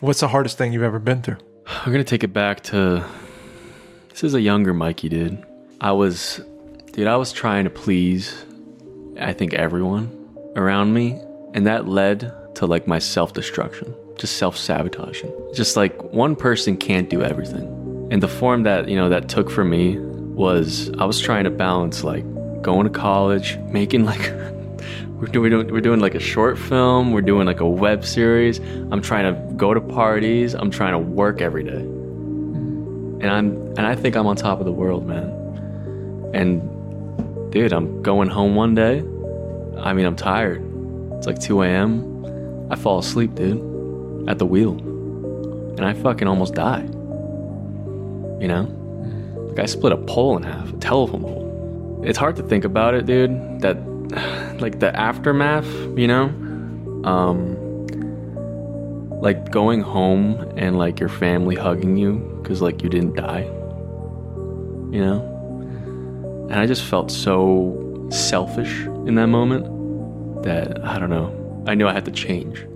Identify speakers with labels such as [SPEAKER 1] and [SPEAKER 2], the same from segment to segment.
[SPEAKER 1] What's the hardest thing you've ever been through?
[SPEAKER 2] I'm gonna take it back to this is a younger Mikey, dude. I was, dude, I was trying to please, I think everyone around me, and that led to like my self destruction, just self sabotaging. Just like one person can't do everything, and the form that you know that took for me was I was trying to balance like going to college, making like. We're doing, we're doing- we're doing like a short film. We're doing like a web series. I'm trying to go to parties. I'm trying to work every day and I'm and I think I'm on top of the world, man. And dude, I'm going home one day. I mean, I'm tired. It's like 2 a.m. I fall asleep, dude, at the wheel, and I fucking almost die. You know, like I split a pole in half, a telephone pole. It's hard to think about it, dude. That, like the aftermath, you know. Um, like going home and like your family hugging you because like you didn't die you know and i just felt so selfish in that moment that i don't know i knew i had to change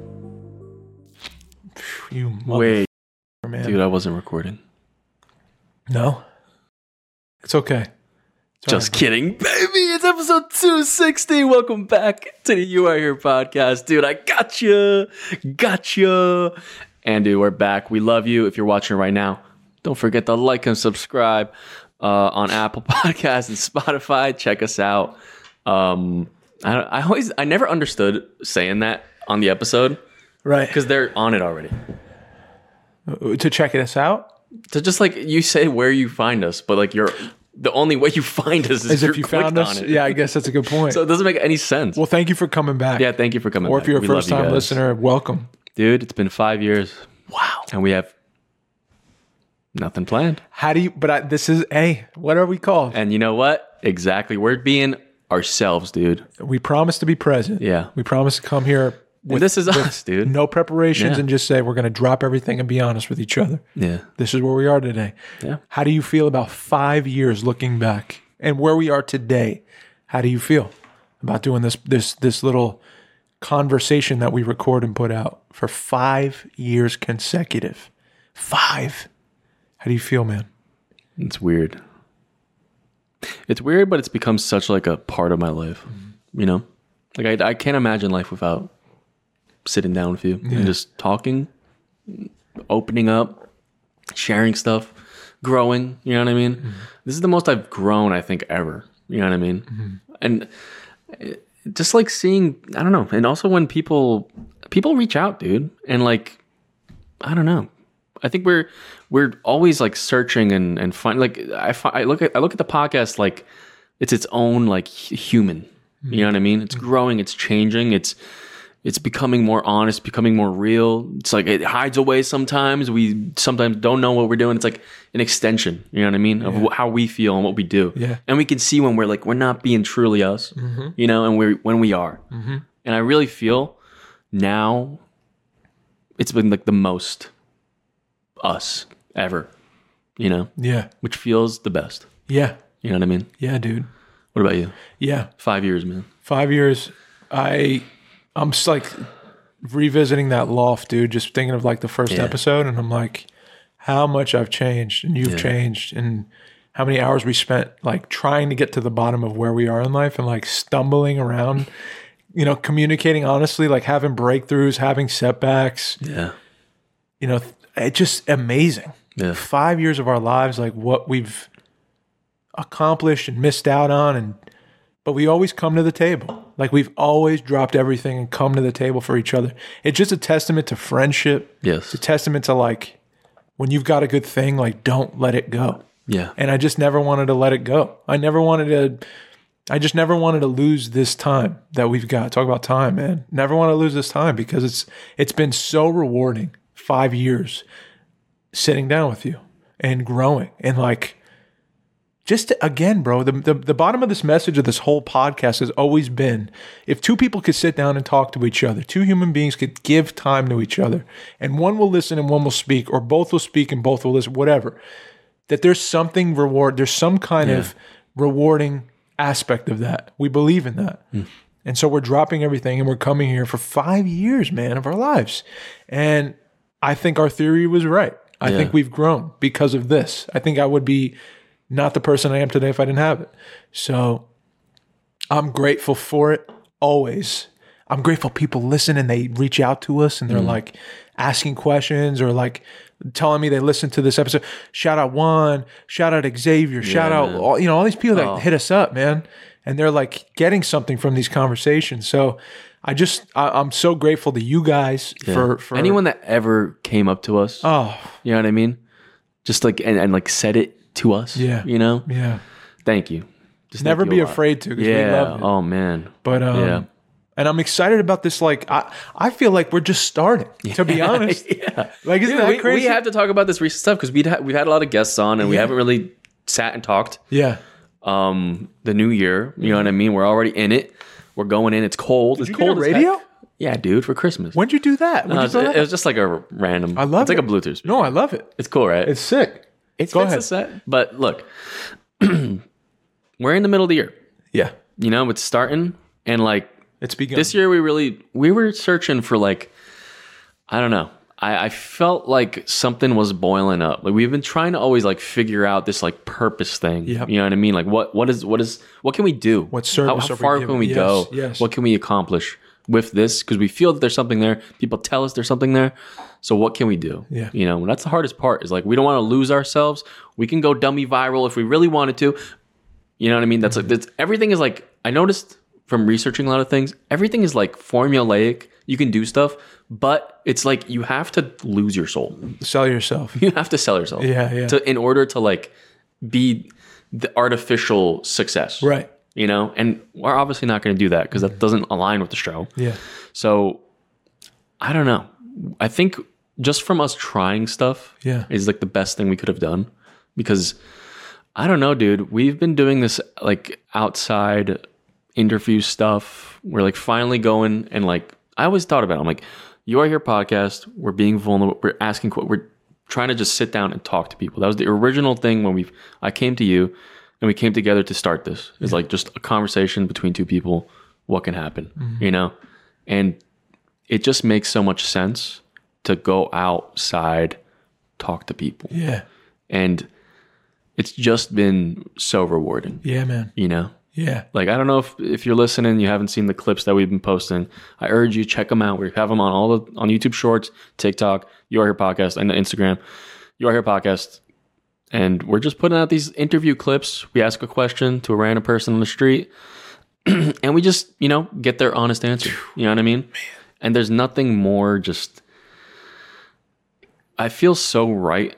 [SPEAKER 1] Phew, You mother-
[SPEAKER 2] wait
[SPEAKER 1] man.
[SPEAKER 2] dude i wasn't recording
[SPEAKER 1] No. It's okay. It's
[SPEAKER 2] just kidding baby it's episode 260 welcome back to the you are here podcast dude i gotcha gotcha and dude we're back we love you if you're watching right now don't forget to like and subscribe uh, on apple podcasts and spotify check us out um I, I always i never understood saying that on the episode
[SPEAKER 1] right.
[SPEAKER 2] because they're on it already
[SPEAKER 1] Because uh, to check us out
[SPEAKER 2] so just like you say where you find us but like you're the only way you find us is,
[SPEAKER 1] as if
[SPEAKER 2] you're
[SPEAKER 1] you found
[SPEAKER 2] clicked
[SPEAKER 1] us.
[SPEAKER 2] on it.
[SPEAKER 1] Yeah, I guess that's a good point.
[SPEAKER 2] so it doesn't make any sense
[SPEAKER 1] well, thank you for coming back.
[SPEAKER 2] Yeah, thank you for coming.
[SPEAKER 1] or
[SPEAKER 2] back.
[SPEAKER 1] if you're a
[SPEAKER 2] We love you
[SPEAKER 1] first time
[SPEAKER 2] guys.
[SPEAKER 1] listener, welcome.
[SPEAKER 2] dude, it's been five years
[SPEAKER 1] Wow.
[SPEAKER 2] and we have nothing planned.
[SPEAKER 1] How do you? But I, this is hey, what are we called?
[SPEAKER 2] And you know what? Exactly, we're being ourselves, dude.
[SPEAKER 1] We promise to be present.
[SPEAKER 2] Yeah,
[SPEAKER 1] We promise to come here
[SPEAKER 2] and this is us, dude.
[SPEAKER 1] no preparations
[SPEAKER 2] Yeah.
[SPEAKER 1] and just say we're going to drop everything and be honest with each other.
[SPEAKER 2] yeah,
[SPEAKER 1] This is where we are today.
[SPEAKER 2] Yeah.
[SPEAKER 1] How do you feel about five years looking back and where we are today? How do you feel about doing this this this little conversation that we record and put out for five years consecutive? Five. How do you feel, man?
[SPEAKER 2] it's weird. It's weird, but it's become such like a part of my life. You know, like I, I can't imagine life without sitting down with you and just talking, opening up, sharing stuff, growing. You know what I mean? This is the most I've grown, I think, ever. You know what I mean? And it- just like seeing, I don't know, and also when people people reach out, dude, and like, I don't know. I think we're we're always like searching and and find like I fi- I look at I look at the podcast like it's its own like hu- human. You know what I mean? It's growing, it's changing, it's it's becoming more honest, becoming more real. It's like it hides away sometimes. We sometimes don't know what we're doing. It's like an extension, you know what I mean, of wh- how we feel and what we do.
[SPEAKER 1] Yeah.
[SPEAKER 2] And we can see when we're like we're not being truly us, you know, and we're when we are. And I really feel now it's been like the most us ever, you know,
[SPEAKER 1] Yeah.
[SPEAKER 2] which feels the best.
[SPEAKER 1] Yeah.
[SPEAKER 2] You know what I mean?
[SPEAKER 1] Yeah, dude.
[SPEAKER 2] What about you?
[SPEAKER 1] Yeah.
[SPEAKER 2] Five years, man.
[SPEAKER 1] five years i i'm just like revisiting that loft dude just thinking of like the first
[SPEAKER 2] Yeah.
[SPEAKER 1] episode and i'm like how much i've changed and you've changed and how many hours we spent like trying to get to the bottom of where we are in life and like stumbling around you know communicating honestly like having breakthroughs having setbacks
[SPEAKER 2] Yeah.
[SPEAKER 1] you know th- it's just amazing
[SPEAKER 2] Yeah.
[SPEAKER 1] five years of our lives, like what we've accomplished and missed out on, and but we always come to the table. Like we've always dropped everything and come to the table for each other. It's just a testament to friendship.
[SPEAKER 2] Yes.
[SPEAKER 1] It's a testament to like when you've got a good thing, like don't let it go.
[SPEAKER 2] Yeah.
[SPEAKER 1] And I just never wanted to let it go. I never wanted to. I just never wanted to lose this time that we've got. Talk about time, man. Never want to lose this time because it's it's been so rewarding. Five years sitting down with you and growing and like just to- again bro the, the the bottom of this message of this whole podcast has always been if two people could sit down and talk to each other two human beings could give time to each other and one will listen and one will speak or both will speak and both will listen whatever that there's something reward there's some kind of rewarding aspect of that we believe in that and so we're dropping everything and we're coming here for 5 years man of our lives and I think our theory was right. I
[SPEAKER 2] Yeah.
[SPEAKER 1] think we've grown because of this. I think I would be not the person I am today if I didn't have it. So I'm grateful for it always. I'm grateful people listen and they reach out to us and they're
[SPEAKER 2] Mm.
[SPEAKER 1] like asking questions or like telling me they listened to this episode. Shout out Juan, shout out Xavier, shout out
[SPEAKER 2] man.
[SPEAKER 1] all you know, all these people that
[SPEAKER 2] Oh.
[SPEAKER 1] hit us up, man. And they're like getting something from these conversations. So I just I, I'm so grateful to you guys for for
[SPEAKER 2] anyone that ever came up to us.
[SPEAKER 1] Oh,
[SPEAKER 2] You know what I mean? Just like and, and like said it to us.
[SPEAKER 1] Yeah.
[SPEAKER 2] You know?
[SPEAKER 1] yeah.
[SPEAKER 2] Thank you. Just
[SPEAKER 1] Never
[SPEAKER 2] thank you
[SPEAKER 1] be
[SPEAKER 2] a lot.
[SPEAKER 1] afraid to. 'cause we
[SPEAKER 2] Yeah.
[SPEAKER 1] love it.
[SPEAKER 2] Oh man.
[SPEAKER 1] But um,
[SPEAKER 2] Yeah.
[SPEAKER 1] and I'm excited about this. Like I, I feel like we're just starting. To be honest,
[SPEAKER 2] yeah.
[SPEAKER 1] like isn't that
[SPEAKER 2] we,
[SPEAKER 1] crazy?
[SPEAKER 2] we have to talk about this recent stuff because we'd ha- we've had a lot of guests on and we haven't really sat and talked.
[SPEAKER 1] yeah.
[SPEAKER 2] Um, the new year, you know what I mean? We're already in it. We're going in. It's cold. it's
[SPEAKER 1] you get a
[SPEAKER 2] cold. as heck.
[SPEAKER 1] radio?
[SPEAKER 2] Yeah, dude, for Christmas.
[SPEAKER 1] When'd you do that? When'd
[SPEAKER 2] No,
[SPEAKER 1] you
[SPEAKER 2] it's-
[SPEAKER 1] do that?
[SPEAKER 2] it was just like a random.
[SPEAKER 1] I love
[SPEAKER 2] It's like
[SPEAKER 1] it.
[SPEAKER 2] a Bluetooth. Speaker.
[SPEAKER 1] no, I love it.
[SPEAKER 2] it's cool, right?
[SPEAKER 1] It's sick.
[SPEAKER 2] It's
[SPEAKER 1] Go
[SPEAKER 2] fits
[SPEAKER 1] ahead.
[SPEAKER 2] the set. But look, we're in the middle of the year.
[SPEAKER 1] Yeah,
[SPEAKER 2] You know, it's starting and like
[SPEAKER 1] it's begun.
[SPEAKER 2] this year we really we were searching for like I don't know. I, I felt like something was boiling up. Like we've been trying to always like figure out this like purpose thing.
[SPEAKER 1] Yep.
[SPEAKER 2] You know what I mean? Like what what is what is what can we do?
[SPEAKER 1] What service
[SPEAKER 2] How,
[SPEAKER 1] are
[SPEAKER 2] how
[SPEAKER 1] we
[SPEAKER 2] far
[SPEAKER 1] giving?
[SPEAKER 2] can we
[SPEAKER 1] Yes,
[SPEAKER 2] go?
[SPEAKER 1] yes.
[SPEAKER 2] What can we accomplish with this? Because we feel that there's something there. People tell us there's something there. So what can we do?
[SPEAKER 1] Yeah.
[SPEAKER 2] You know, that's the hardest part. Is like we don't want to lose ourselves. We can go dummy viral if we really wanted to. You know what I mean?
[SPEAKER 1] Mm-hmm.
[SPEAKER 2] That's like that's everything is like I noticed from researching a lot of things, everything is like formulaic. You can do stuff, but it's like you have to lose your soul.
[SPEAKER 1] Sell yourself.
[SPEAKER 2] You have to sell yourself.
[SPEAKER 1] Yeah, yeah.
[SPEAKER 2] To in order to like be the artificial success.
[SPEAKER 1] Right.
[SPEAKER 2] You know, and we're obviously not going to do that because that doesn't align with the show.
[SPEAKER 1] Yeah.
[SPEAKER 2] So I don't know. I think just from us trying stuff
[SPEAKER 1] Yeah.
[SPEAKER 2] is like the best thing we could have done because I don't know, dude. We've been doing this like outside interview stuff. We're like finally going and like I always thought about it. I'm like, you are here podcast. We're being vulnerable. We're asking que- we're trying to just sit down and talk to people. That was the original thing when we I came to you and we came together to start this. It's like just a conversation between two people. What can happen? You know? And it just makes so much sense to go outside, talk to people.
[SPEAKER 1] Yeah.
[SPEAKER 2] And it's just been so rewarding,
[SPEAKER 1] Yeah, man.
[SPEAKER 2] you know?
[SPEAKER 1] Yeah.
[SPEAKER 2] Like, I don't know if, if you're listening, you haven't seen the clips that we've been posting. I urge you, check them out. We have them on all the, on YouTube Shorts, TikTok, You Are Here Podcast, and Instagram, You Are Here Podcast. And we're just putting out these interview clips. We ask a question to a random person on the street, and we just, you know, get their honest answer. You know what I mean? And there's nothing more just. I feel so right.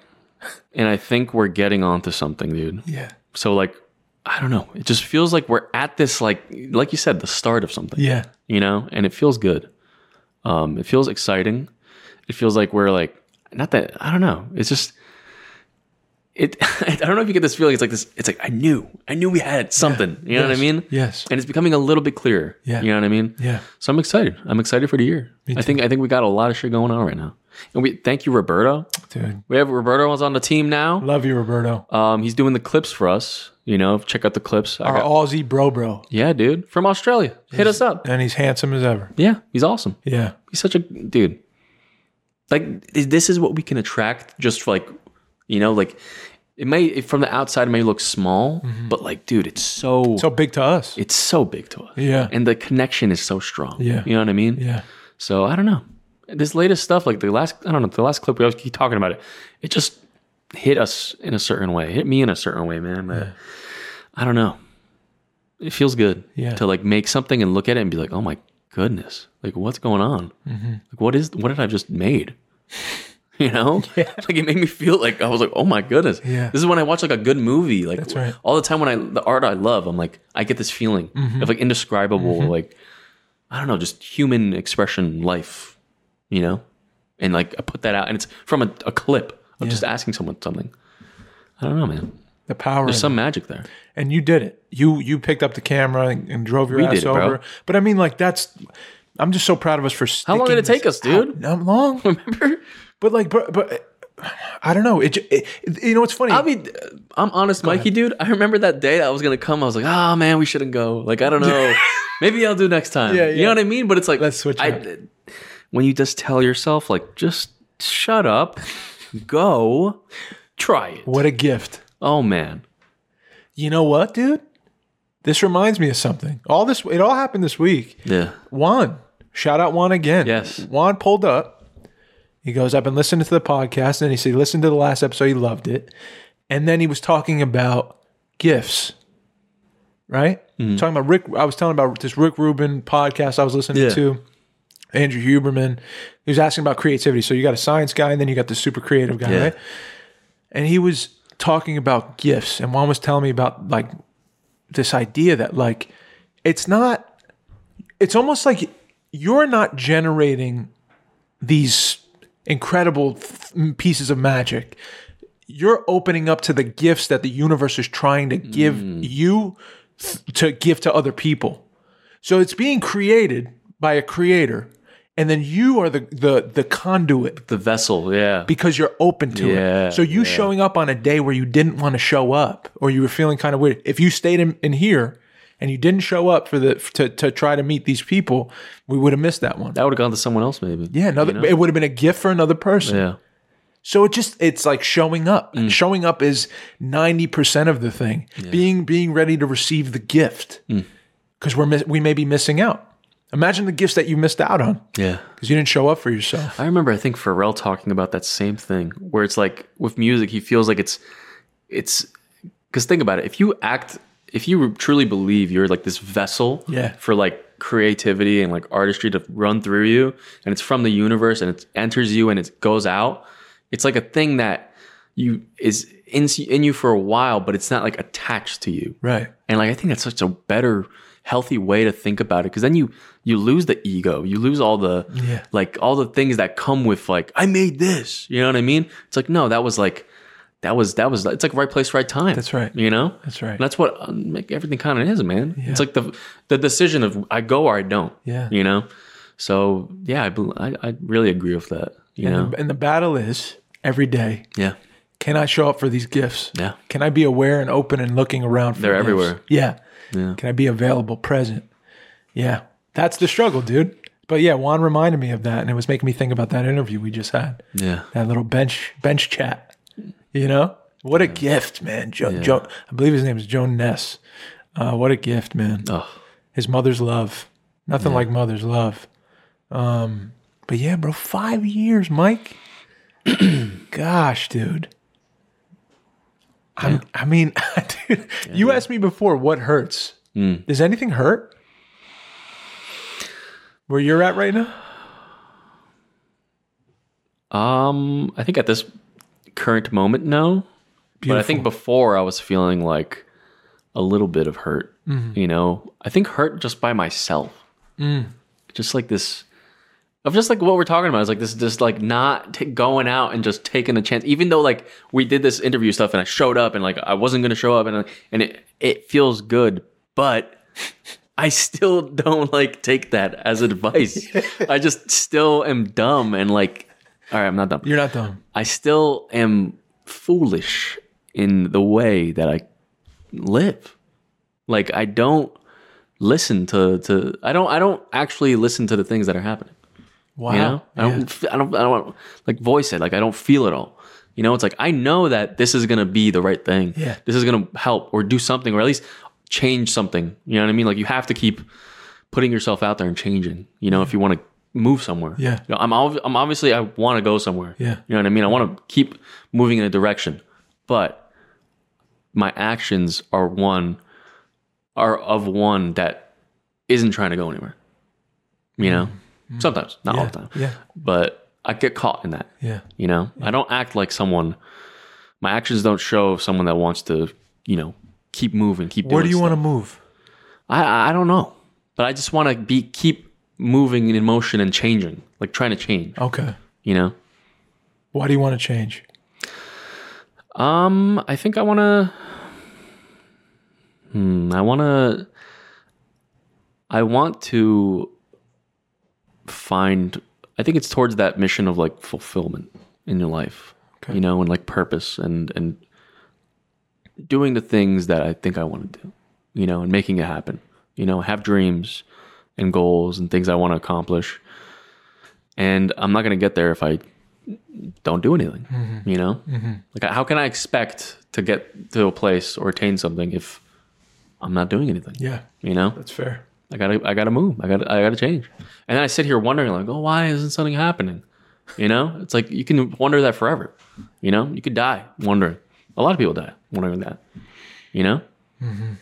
[SPEAKER 2] And I think we're getting onto something, dude.
[SPEAKER 1] Yeah.
[SPEAKER 2] So like, I don't know. It just feels like we're at this like like you said, the start of something.
[SPEAKER 1] Yeah.
[SPEAKER 2] You know, and it feels good. Um, it feels exciting. It feels like we're like not that I don't know. It's just it I don't know if you get this feeling. It's like this it's like I knew. I knew we had something. You know what I
[SPEAKER 1] Yes.
[SPEAKER 2] mean?
[SPEAKER 1] Yes.
[SPEAKER 2] And it's becoming a little bit clearer.
[SPEAKER 1] Yeah.
[SPEAKER 2] You know what I mean?
[SPEAKER 1] Yeah.
[SPEAKER 2] So I'm excited. I'm excited for the year. I think I think we got a lot of shit going on right now. And we thank you, Roberto.
[SPEAKER 1] Dude.
[SPEAKER 2] We have Roberto is on the team now.
[SPEAKER 1] Love you, Roberto.
[SPEAKER 2] Um, he's doing the clips for us. You know, check out the clips. I
[SPEAKER 1] Our
[SPEAKER 2] got-
[SPEAKER 1] Aussie bro bro.
[SPEAKER 2] yeah, dude, from Australia, hit us up.
[SPEAKER 1] And he's handsome as ever.
[SPEAKER 2] Yeah, he's awesome.
[SPEAKER 1] Yeah.
[SPEAKER 2] He's such a dude. Like this is what we can attract. Just for like, you know, like it may it- from the outside it may look small, but like, dude, it's so,
[SPEAKER 1] Mm-hmm. So big to us.
[SPEAKER 2] it's so big to us.
[SPEAKER 1] Yeah.
[SPEAKER 2] and the connection is so strong.
[SPEAKER 1] Yeah.
[SPEAKER 2] you know what I mean.
[SPEAKER 1] Yeah.
[SPEAKER 2] So I don't know. This latest stuff, like the last, I don't know, the last clip we always keep talking about it. It just hit us in a certain way. It hit me in a certain way, man. that- I don't know. It feels good
[SPEAKER 1] Yeah.
[SPEAKER 2] to like make something and look at it and be like, oh my goodness, like what's going on?
[SPEAKER 1] Mm-hmm.
[SPEAKER 2] Like what is what did I just made? You know, like it made me feel like I was like, oh my goodness,
[SPEAKER 1] Yeah.
[SPEAKER 2] this is when I watch like a good movie. Like
[SPEAKER 1] That's right.
[SPEAKER 2] all the time when I the art I love, I'm like I get this feeling
[SPEAKER 1] Mm-hmm.
[SPEAKER 2] of like indescribable, like I don't know, just human expression life, you know? And like I put that out and it's from a, a clip of just asking someone something. I don't know, man.
[SPEAKER 1] The power.
[SPEAKER 2] There's
[SPEAKER 1] in
[SPEAKER 2] some magic there.
[SPEAKER 1] and you did it. You you picked up the camera and, and drove your
[SPEAKER 2] did
[SPEAKER 1] ass
[SPEAKER 2] it, bro.
[SPEAKER 1] over. But I mean, like that's. I'm just so proud of us for.
[SPEAKER 2] How long did it
[SPEAKER 1] sticking
[SPEAKER 2] take us,
[SPEAKER 1] this
[SPEAKER 2] dude?
[SPEAKER 1] out. Not long,
[SPEAKER 2] Remember?
[SPEAKER 1] but like, but, but I don't know. It, ju- it you know, it's funny.
[SPEAKER 2] I mean, I'm honest, Mikey, dude. I remember that day that I was gonna come. I was like, ah, man, we shouldn't go. Like, I don't know. Maybe I'll do next time.
[SPEAKER 1] Yeah,
[SPEAKER 2] You
[SPEAKER 1] yeah.
[SPEAKER 2] know what I mean? But it's like,
[SPEAKER 1] Let's switch
[SPEAKER 2] I,
[SPEAKER 1] up.
[SPEAKER 2] when you just tell yourself, like, just shut up, go, try it.
[SPEAKER 1] What a gift.
[SPEAKER 2] Oh man,
[SPEAKER 1] You know what, dude? This reminds me of something. All this, it all happened this week.
[SPEAKER 2] yeah,
[SPEAKER 1] Juan, shout out Juan again.
[SPEAKER 2] Yes.
[SPEAKER 1] Juan pulled up. He goes, I've been listening to the podcast. And he said, he listened to the last episode. He loved it. And then he was talking about gifts, right?
[SPEAKER 2] Mm.
[SPEAKER 1] Talking about Rick. I was telling about this Rick Rubin podcast I was listening
[SPEAKER 2] Yeah.
[SPEAKER 1] to. Andrew Huberman. He was asking about creativity. So you got a science guy and then you got the super creative guy,
[SPEAKER 2] Yeah.
[SPEAKER 1] right? And he was talking about gifts. And Juan was telling me about like this idea that like it's not it's almost like you're not generating these incredible th- pieces of magic. You're opening up to the gifts that the universe is trying to give you th- to give to other people. So it's being created by a creator, and then you are the the the conduit
[SPEAKER 2] the vessel, yeah,
[SPEAKER 1] because you're open to
[SPEAKER 2] Yeah,
[SPEAKER 1] it. So you showing up on a day where you didn't want to show up or you were feeling kind of weird. If you stayed in, in here and you didn't show up for the to to try to meet these people, we would have missed that one.
[SPEAKER 2] that would have gone to someone else maybe.
[SPEAKER 1] yeah, another it would have been a gift for another person.
[SPEAKER 2] yeah,
[SPEAKER 1] So it just it's like showing up.
[SPEAKER 2] Mm.
[SPEAKER 1] And showing up is 90% of the thing. Being being ready to receive the gift.
[SPEAKER 2] Mm.
[SPEAKER 1] Cuz we're miss we may be missing out. Imagine the gifts that you missed out on
[SPEAKER 2] yeah.
[SPEAKER 1] cuz you didn't show up for yourself.
[SPEAKER 2] I remember I think Pharrell talking about that same thing where it's like with music he feels like it's it's because think about it if you act if you truly believe you're like this vessel
[SPEAKER 1] Yeah.
[SPEAKER 2] for like creativity and like artistry to run through you and it's from the universe and it enters you and it goes out it's like a thing that you is in, in you for a while but it's not like attached to you
[SPEAKER 1] Right.
[SPEAKER 2] and like I think that's such a better healthy way to think about it because then you you lose the ego. You lose all the
[SPEAKER 1] Yeah.
[SPEAKER 2] like all the things that come with like I made this. You know what I mean? It's like no, that was like that was that was it's like right place, right time.
[SPEAKER 1] That's right.
[SPEAKER 2] You know?
[SPEAKER 1] That's right.
[SPEAKER 2] And that's what um, like, everything kind of is, man. It's like the the decision of I go or I don't.
[SPEAKER 1] Yeah.
[SPEAKER 2] You know? So yeah, I bel- I, I really agree with that. You know?
[SPEAKER 1] And the battle is every day
[SPEAKER 2] Yeah.
[SPEAKER 1] can I show up for these gifts?
[SPEAKER 2] Yeah.
[SPEAKER 1] Can I be aware and open and looking around for
[SPEAKER 2] They're
[SPEAKER 1] gifts?
[SPEAKER 2] everywhere.
[SPEAKER 1] Yeah.
[SPEAKER 2] Yeah.
[SPEAKER 1] Can I be available, present? Yeah. That's the struggle, dude. But yeah, Juan reminded me of that and it was making me think about that interview we just had.
[SPEAKER 2] Yeah.
[SPEAKER 1] That little bench bench chat. You know? What a gift, man. Joe Joe I believe his name is Joan Ness. Uh, what a gift, man.
[SPEAKER 2] Oh.
[SPEAKER 1] His mother's love. Nothing like mother's love. Um, but yeah, bro, five years, Mike. Gosh, dude. I'm, I mean, dude, you asked me before what hurts.
[SPEAKER 2] Hmm.
[SPEAKER 1] Does anything hurt? Where you're at right now?
[SPEAKER 2] Um, I think at this current moment, no. But I think before I was feeling like a little bit of hurt. You know, I think hurt just by myself. Just like this, of just like what we're talking about is like this, just like not t- going out and just taking a chance. Even though like we did this interview stuff and I showed up and like I wasn't gonna show up and and it it feels good, but. I still don't like take that as advice. I just still am dumb and like, all right, I'm not dumb.
[SPEAKER 1] You're not dumb.
[SPEAKER 2] I still am foolish in the way that I live. Like I don't listen to to I don't I don't actually listen to the things that are happening.
[SPEAKER 1] Wow.
[SPEAKER 2] You know, I don't, f I don't I don't like voice it. Like I don't feel it all. You know, it's like I know that this is gonna be the right thing.
[SPEAKER 1] Yeah.
[SPEAKER 2] this is gonna help or do something or at least change something. You know what I mean? Like you have to keep putting yourself out there and changing. You know, if you want to move somewhere.
[SPEAKER 1] Yeah.
[SPEAKER 2] You know, I'm ob- I'm obviously I want to go somewhere.
[SPEAKER 1] Yeah.
[SPEAKER 2] you know what I mean. I want to keep moving in a direction, but my actions are one are of one that isn't trying to go anywhere. You know, sometimes not all the time
[SPEAKER 1] Mm-hmm. Yeah.
[SPEAKER 2] but I get caught in that.
[SPEAKER 1] Yeah.
[SPEAKER 2] You know, I don't act like someone. My actions don't show someone that wants to, you know, keep moving, keep.
[SPEAKER 1] Where do
[SPEAKER 2] doing
[SPEAKER 1] you
[SPEAKER 2] stuff.
[SPEAKER 1] want to move?
[SPEAKER 2] I I- I don't know, but I just want to be keep moving in motion and changing, like trying to change.
[SPEAKER 1] Okay.
[SPEAKER 2] You know.
[SPEAKER 1] Why do you want to change?
[SPEAKER 2] Um, I think I want to. Hmm, I want to. I want to find. I think it's towards that mission of like fulfillment in your life,
[SPEAKER 1] Okay.
[SPEAKER 2] you know, and like purpose and and doing the things that I think I want to do, you know, and making it happen. You know, have dreams and goals and things I want to accomplish. And I'm not going to get there if I don't do anything.
[SPEAKER 1] Mm-hmm.
[SPEAKER 2] You know, like how can I expect to get to a place or attain something if I'm not doing anything?
[SPEAKER 1] Yeah,
[SPEAKER 2] You know,
[SPEAKER 1] that's fair.
[SPEAKER 2] I gotta, I gotta move. I gotta, I gotta change. And then I sit here wondering, like, oh, why isn't something happening? You know, it's like you can wonder that forever. You know, you could die wondering. A lot of people die wondering that. You know, mm-hmm.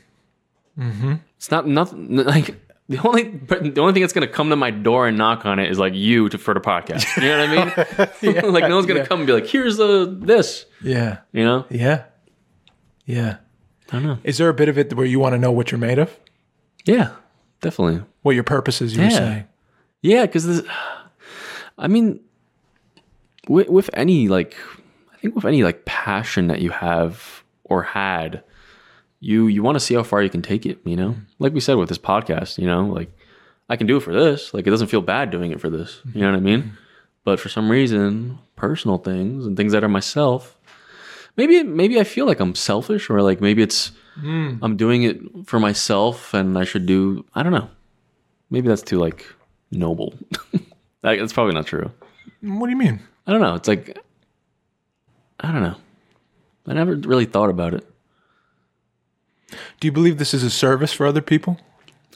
[SPEAKER 2] Mm-hmm. it's not nothing like. The only the only thing that's gonna come to my door and knock on it is like you to, for the podcast. You know what I mean? like no one's gonna
[SPEAKER 1] yeah.
[SPEAKER 2] come and be like, "Here's the this."
[SPEAKER 1] Yeah,
[SPEAKER 2] You know?
[SPEAKER 1] yeah, yeah.
[SPEAKER 2] I don't know.
[SPEAKER 1] Is there a bit of it where you want to know what you're made of,
[SPEAKER 2] Yeah, definitely.
[SPEAKER 1] what your purpose is? You were
[SPEAKER 2] Yeah.
[SPEAKER 1] saying,
[SPEAKER 2] Yeah, because I mean, with, with any like, I think with any like passion that you have or had, you you want to see how far you can take it. You know, like we said with this podcast, you know, like I can do it for this. Like it doesn't feel bad doing it for this. You know what I mean? But for some reason, personal things and things that are myself, maybe maybe I feel like I'm selfish or like maybe it's I'm doing it for myself and I should do I don't know. Maybe that's too like noble. Like, that's probably not true.
[SPEAKER 1] "What do you mean?"
[SPEAKER 2] I don't know. It's like I don't know. I never really thought about it.
[SPEAKER 1] Do you believe this is a service for other people?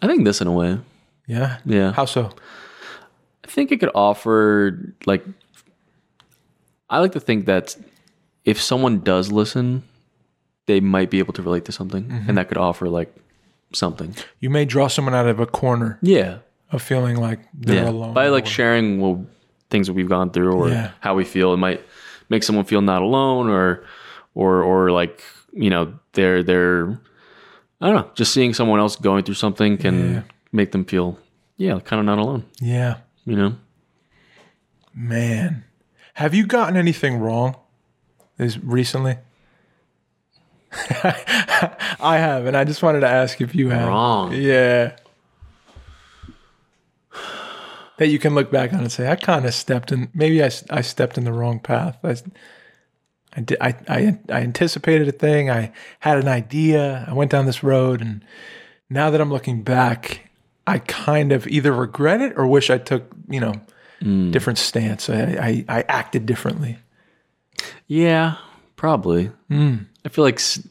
[SPEAKER 2] I think this in a way.
[SPEAKER 1] Yeah.
[SPEAKER 2] Yeah.
[SPEAKER 1] How so?
[SPEAKER 2] I think it could offer like I like to think that if someone does listen, they might be able to relate to something and that could offer like something.
[SPEAKER 1] You may draw someone out of a corner
[SPEAKER 2] Yeah.
[SPEAKER 1] of feeling like they're
[SPEAKER 2] Yeah.
[SPEAKER 1] alone.
[SPEAKER 2] By like sharing well, things that we've gone through or
[SPEAKER 1] Yeah.
[SPEAKER 2] how we feel, it might make someone feel not alone or or or like, you know, they're they're I don't know, just seeing someone else going through something can
[SPEAKER 1] Yeah.
[SPEAKER 2] make them feel yeah, kind of not alone,
[SPEAKER 1] yeah,
[SPEAKER 2] you know.
[SPEAKER 1] man. Have you gotten anything wrong? Is recently? I have, and I just wanted to ask if you have.
[SPEAKER 2] Wrong.
[SPEAKER 1] Yeah. That you can look back on and say, I kind of stepped in. Maybe I, s- I stepped in the wrong path. I, s- I, di- I, I, I anticipated a thing. I had an idea. I went down this road, and now that I'm looking back, I kind of either regret it or wish I took you know different stance. I, I I acted differently.
[SPEAKER 2] Yeah, probably. I feel like s-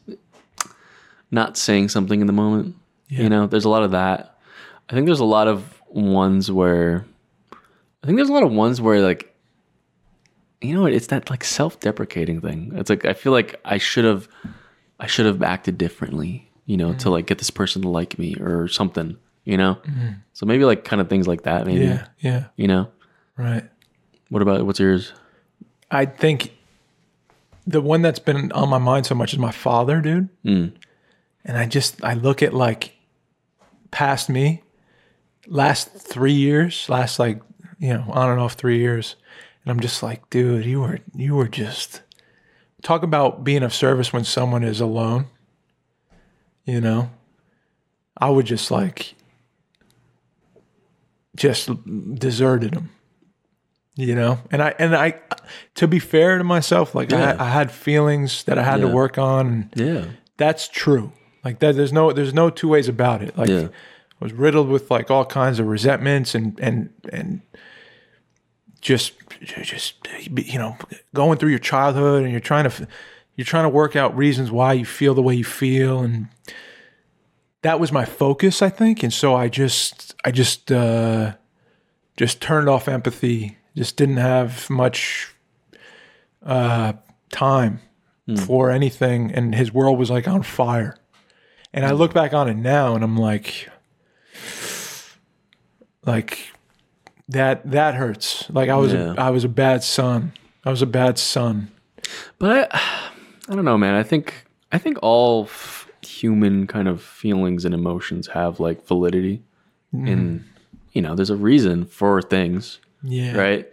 [SPEAKER 2] not saying something in the moment. You know, there's a lot of that. I think there's a lot of ones where, I think there's a lot of ones where like, you know, what, it's that like self-deprecating thing. It's like I feel like I should have, I should have acted differently. You know, to like get this person to like me or something. You know, so maybe like kind of things like that. Maybe
[SPEAKER 1] Yeah, yeah,
[SPEAKER 2] you know.
[SPEAKER 1] right.
[SPEAKER 2] What about what's yours?
[SPEAKER 1] I think the one that's been on my mind so much is my father, dude. And I just I look at like past me, last three years, last like you know on and off three years, and I'm just like, dude, you were you were just talk about being of service when someone is alone. You know, I would just like just deserted him you know and i and i to be fair to myself like
[SPEAKER 2] Yeah.
[SPEAKER 1] I, I had feelings that i had to
[SPEAKER 2] Yeah.
[SPEAKER 1] work on and
[SPEAKER 2] Yeah,
[SPEAKER 1] that's true like that there's no there's no two ways about it like
[SPEAKER 2] Yeah.
[SPEAKER 1] i was riddled with like all kinds of resentments and and and just just you know going through your childhood and you're trying to f- you're trying to work out reasons why you feel the way you feel and that was my focus i think and so i just i just uh just turned off empathy just didn't have much uh time
[SPEAKER 2] Hmm.
[SPEAKER 1] for anything and his world was like on fire and i look back on it now and i'm like like that that hurts like i was
[SPEAKER 2] Yeah.
[SPEAKER 1] a, i was a bad son i was a bad son
[SPEAKER 2] But I, I don't know, man. I think I think all f- human kind of feelings and emotions have like validity, and you know, there's a reason for things,
[SPEAKER 1] yeah
[SPEAKER 2] right?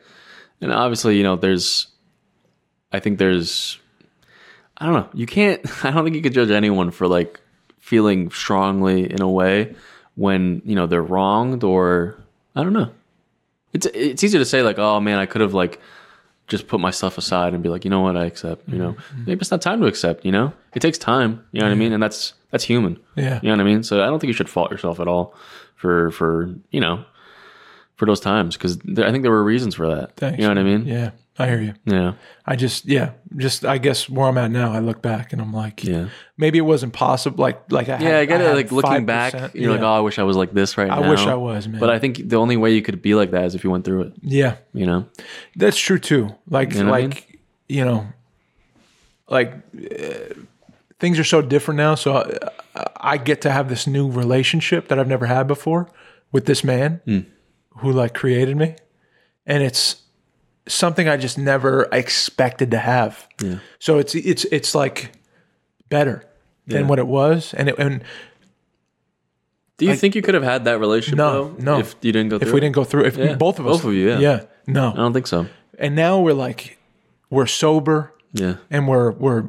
[SPEAKER 2] And obviously, you know, there's. I think there's. I don't know. You can't. I don't think you could judge anyone for like feeling strongly in a way when you know they're wronged or I don't know. It's it's easy to say like, oh man, I could have like just put my stuff aside and be like, you know what, I accept. You know, maybe it's not time to accept. You know, it takes time. You know what I mean? And that's that's human.
[SPEAKER 1] Yeah.
[SPEAKER 2] You know what I mean? So I don't think you should fault yourself at all for for you know for those times because I think there were reasons for that.
[SPEAKER 1] Thanks,
[SPEAKER 2] You know what I mean?
[SPEAKER 1] yeah I hear you.
[SPEAKER 2] Yeah.
[SPEAKER 1] I just, yeah, just I guess where I'm at now, I look back and I'm like,
[SPEAKER 2] Yeah.
[SPEAKER 1] maybe it wasn't possible. Like, like I had,
[SPEAKER 2] Yeah, I get it.
[SPEAKER 1] had
[SPEAKER 2] Like looking back,
[SPEAKER 1] 5%.
[SPEAKER 2] you're like,
[SPEAKER 1] Yeah.
[SPEAKER 2] oh, I wish I was like this right
[SPEAKER 1] I
[SPEAKER 2] now.
[SPEAKER 1] wish I was, man.
[SPEAKER 2] But I think the only way you could be like that is if you went through it.
[SPEAKER 1] yeah,
[SPEAKER 2] You know,
[SPEAKER 1] that's true too. Like,
[SPEAKER 2] You know what I
[SPEAKER 1] like you know, like uh, things are so different now. So I, I get to have this new relationship that I've never had before with this man
[SPEAKER 2] Hmm.
[SPEAKER 1] who like created me, and it's something I just never expected to have. So it's it's it's like better than what it was, and it, and
[SPEAKER 2] do you think you could have had that relationship?
[SPEAKER 1] No,
[SPEAKER 2] though,
[SPEAKER 1] no.
[SPEAKER 2] If you didn't go through,
[SPEAKER 1] if we
[SPEAKER 2] it?
[SPEAKER 1] didn't go through, if
[SPEAKER 2] Yeah.
[SPEAKER 1] both of us,
[SPEAKER 2] Both of you, yeah.
[SPEAKER 1] no,
[SPEAKER 2] I don't think so.
[SPEAKER 1] and now we're like we're sober
[SPEAKER 2] Yeah,
[SPEAKER 1] and we're we're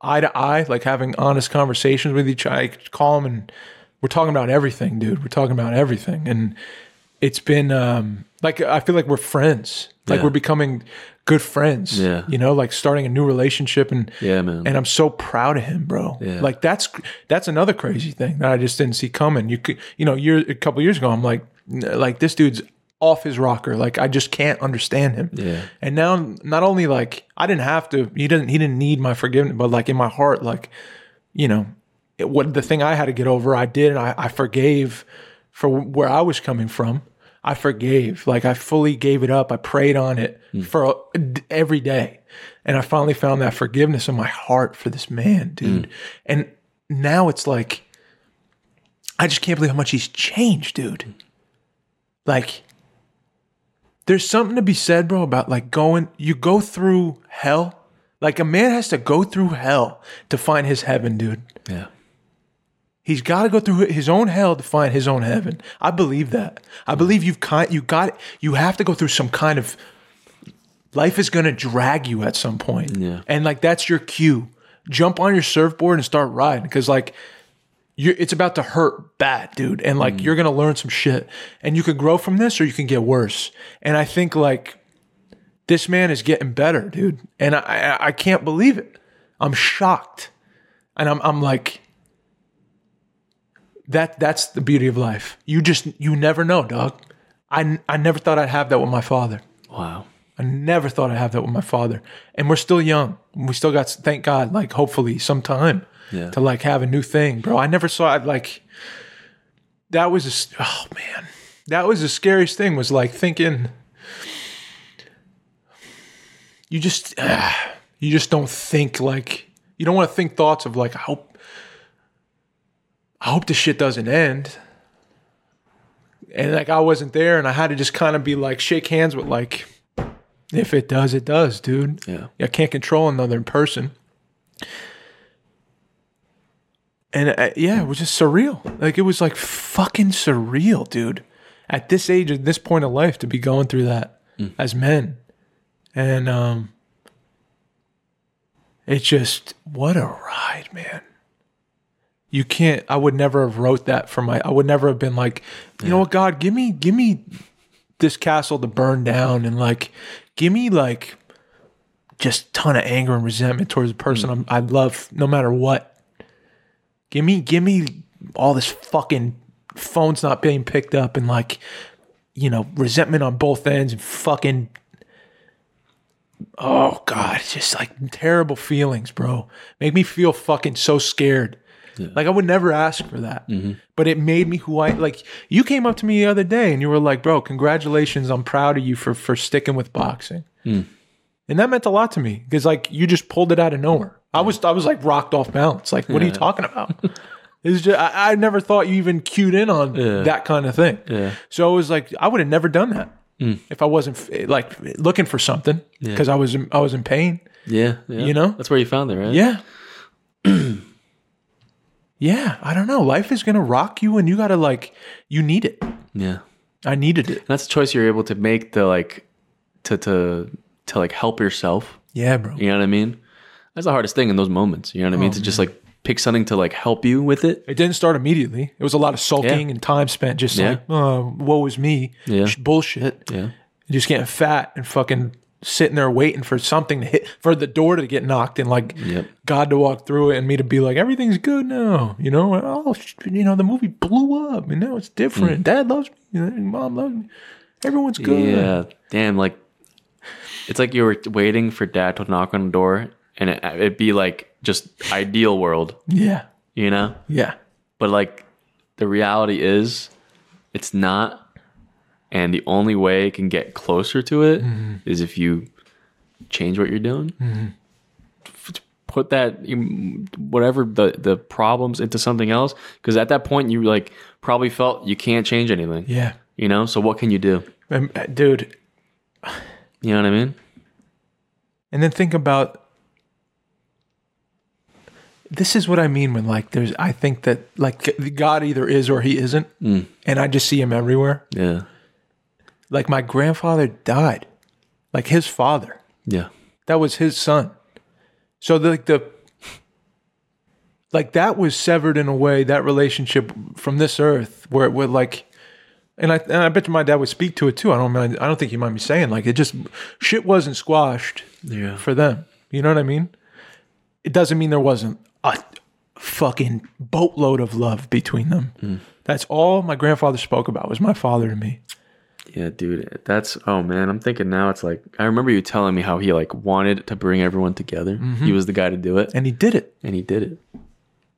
[SPEAKER 1] eye to eye, like having honest conversations with each other. I call him and we're talking about everything, dude. We're talking about everything, and it's been um, like I feel like we're friends. Like
[SPEAKER 2] Yeah.
[SPEAKER 1] we're becoming good friends.
[SPEAKER 2] Yeah.
[SPEAKER 1] you know, like starting a new relationship, and
[SPEAKER 2] Yeah, man.
[SPEAKER 1] And I'm so proud of him, bro.
[SPEAKER 2] Yeah.
[SPEAKER 1] Like that's that's another crazy thing that I just didn't see coming. You could, you know, year a couple years ago, I'm like, "N- like this dude's off his rocker. Like I just can't understand him.
[SPEAKER 2] Yeah.
[SPEAKER 1] And now, not only like I didn't have to, he didn't, he didn't need my forgiveness, but like in my heart, like you know, it, what the thing I had to get over, I did, and I, I forgave for where I was coming from. I forgave, like I fully gave it up. I prayed on it for a- d- every day, and I finally found that forgiveness in my heart for this man, dude. And now it's like I just can't believe how much he's changed, dude. Like there's something to be said, bro, about like going, you go through hell. Like a man has to go through hell to find his heaven, dude.
[SPEAKER 2] yeah,
[SPEAKER 1] He's got to go through his own hell to find his own heaven. I believe that. I believe you've kind, you got, you have to go through some kind of. Life is gonna drag you at some point,
[SPEAKER 2] Yeah.
[SPEAKER 1] and like that's your cue. Jump on your surfboard and start riding, because like, you it's about to hurt bad, dude, and like you're gonna learn some shit, and you can grow from this or you can get worse. And I think like this man is getting better, dude, and I I, I can't believe it. I'm shocked, and I'm I'm like that that's the beauty of life. You just you never know, dog. I I never thought I'd have that with my father.
[SPEAKER 2] wow,
[SPEAKER 1] I never thought I'd have that with my father. And we're still young. We still got thank God like hopefully sometime
[SPEAKER 2] Yeah.
[SPEAKER 1] to like have a new thing, bro. I never saw it like that was a s- oh man. That was the scariest thing was like thinking you just you just don't think like you don't want to think thoughts of like I hope I hope this shit doesn't end. And like I wasn't there and I had to just kind of be like shake hands with like if it does, it does, dude.
[SPEAKER 2] yeah,
[SPEAKER 1] I can't control another person. And uh, yeah, it was just surreal. Like it was like fucking surreal, dude. At this age, at this point of life, to be going through that as men, and um, it just what a ride, man. You can't. I would never have wrote that for my. I would never have been like, you know what, God, give me, give me this castle to burn down, and like, give me like just ton of anger and resentment towards the person I'm, I love, no matter what. Give me, give me all this fucking phones not being picked up and like, you know, resentment on both ends and fucking. Oh God, it's just like terrible feelings, bro. Make me feel fucking so scared. Like I would never ask for that, but it made me who I like. You came up to me the other day and you were like, "Bro, congratulations! I'm proud of you for for sticking with boxing." and that meant a lot to me because like you just pulled it out of nowhere. I was I was like rocked off balance. Like, what are you talking about? It was just I, I never thought you even cued in on that kind of thing.
[SPEAKER 2] Yeah.
[SPEAKER 1] So it was like I would have never done that if I wasn't f- like looking for something because I was in, I was in pain.
[SPEAKER 2] yeah, yeah.
[SPEAKER 1] You know?
[SPEAKER 2] that's where you found it, right?
[SPEAKER 1] Yeah. yeah, I don't know. Life is gonna rock you, and you gotta like you need it.
[SPEAKER 2] yeah.
[SPEAKER 1] I needed it.
[SPEAKER 2] And that's a choice you're able to make to like to to to like help yourself.
[SPEAKER 1] Yeah, bro.
[SPEAKER 2] You know what I mean? That's the hardest thing in those moments. You know what I mean? to just like pick something to like help you with it.
[SPEAKER 1] It didn't start immediately. It was a lot of sulking
[SPEAKER 2] Yeah.
[SPEAKER 1] and time spent just
[SPEAKER 2] Yeah.
[SPEAKER 1] like, oh, woe is me.
[SPEAKER 2] Yeah.
[SPEAKER 1] Sh- Bullshit.
[SPEAKER 2] Yeah.
[SPEAKER 1] You just getting fat and fucking sitting there waiting for something to hit, for the door to get knocked and like
[SPEAKER 2] Yep.
[SPEAKER 1] God to walk through it and me to be like, everything's good now. You know, oh, sh- you know, the movie blew up and now it's different. Dad loves me. you know, Mom loves me. Everyone's good.
[SPEAKER 2] Yeah. Damn. Like It's like you were waiting for dad to knock on the door and it, it'd be like just ideal world,
[SPEAKER 1] Yeah.
[SPEAKER 2] you know?
[SPEAKER 1] Yeah.
[SPEAKER 2] But like the reality is it's not. And the only way it can get closer to it is if you change what you're doing. F- Put that you- whatever the the problems into something else because at that point you like probably felt you can't change anything.
[SPEAKER 1] Yeah.
[SPEAKER 2] You know, so what can you do?
[SPEAKER 1] Um, uh, dude,
[SPEAKER 2] You know what I mean?
[SPEAKER 1] And then think about this is what I mean when like there's I think that like God either is or he isn't. And I just see him everywhere.
[SPEAKER 2] Yeah.
[SPEAKER 1] Like my grandfather died. Like his father.
[SPEAKER 2] Yeah.
[SPEAKER 1] That was his son. So the, like the like that was severed in a way that relationship from this earth where it would like and I and I bet you my dad would speak to it too. I don't mind I don't think he mind me saying like it just shit wasn't squashed
[SPEAKER 2] Yeah.
[SPEAKER 1] for them. You know what I mean? It doesn't mean there wasn't a fucking boatload of love between them. That's all my grandfather spoke about was my father to me.
[SPEAKER 2] Yeah, dude. That's oh man, I'm thinking now it's like I remember you telling me how he like wanted to bring everyone together. He was the guy to do it
[SPEAKER 1] And he did it.
[SPEAKER 2] and he did it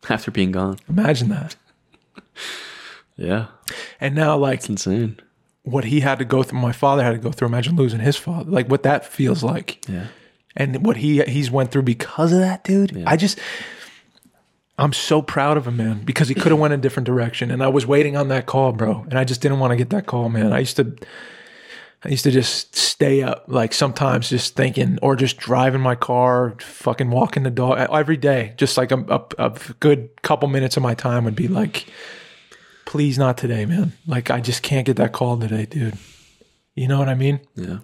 [SPEAKER 2] after being gone.
[SPEAKER 1] Imagine that.
[SPEAKER 2] Yeah.
[SPEAKER 1] And now like
[SPEAKER 2] It's insane.
[SPEAKER 1] what he had to go through, my father had to go through. Imagine losing his father, like what that feels like,
[SPEAKER 2] Yeah.
[SPEAKER 1] and what he he's went through because of that, dude. I just, I'm so proud of him, man, because he could have went a different direction, and I was waiting on that call, bro, and I just didn't want to get that call, man. I used to, I used to just stay up, like sometimes just thinking, or just driving my car, fucking walking the dog every day, just like a, a, a good couple minutes of my time would be like. Please not today, man. Like I just can't get that call today, dude. You know what I mean?
[SPEAKER 2] Yeah.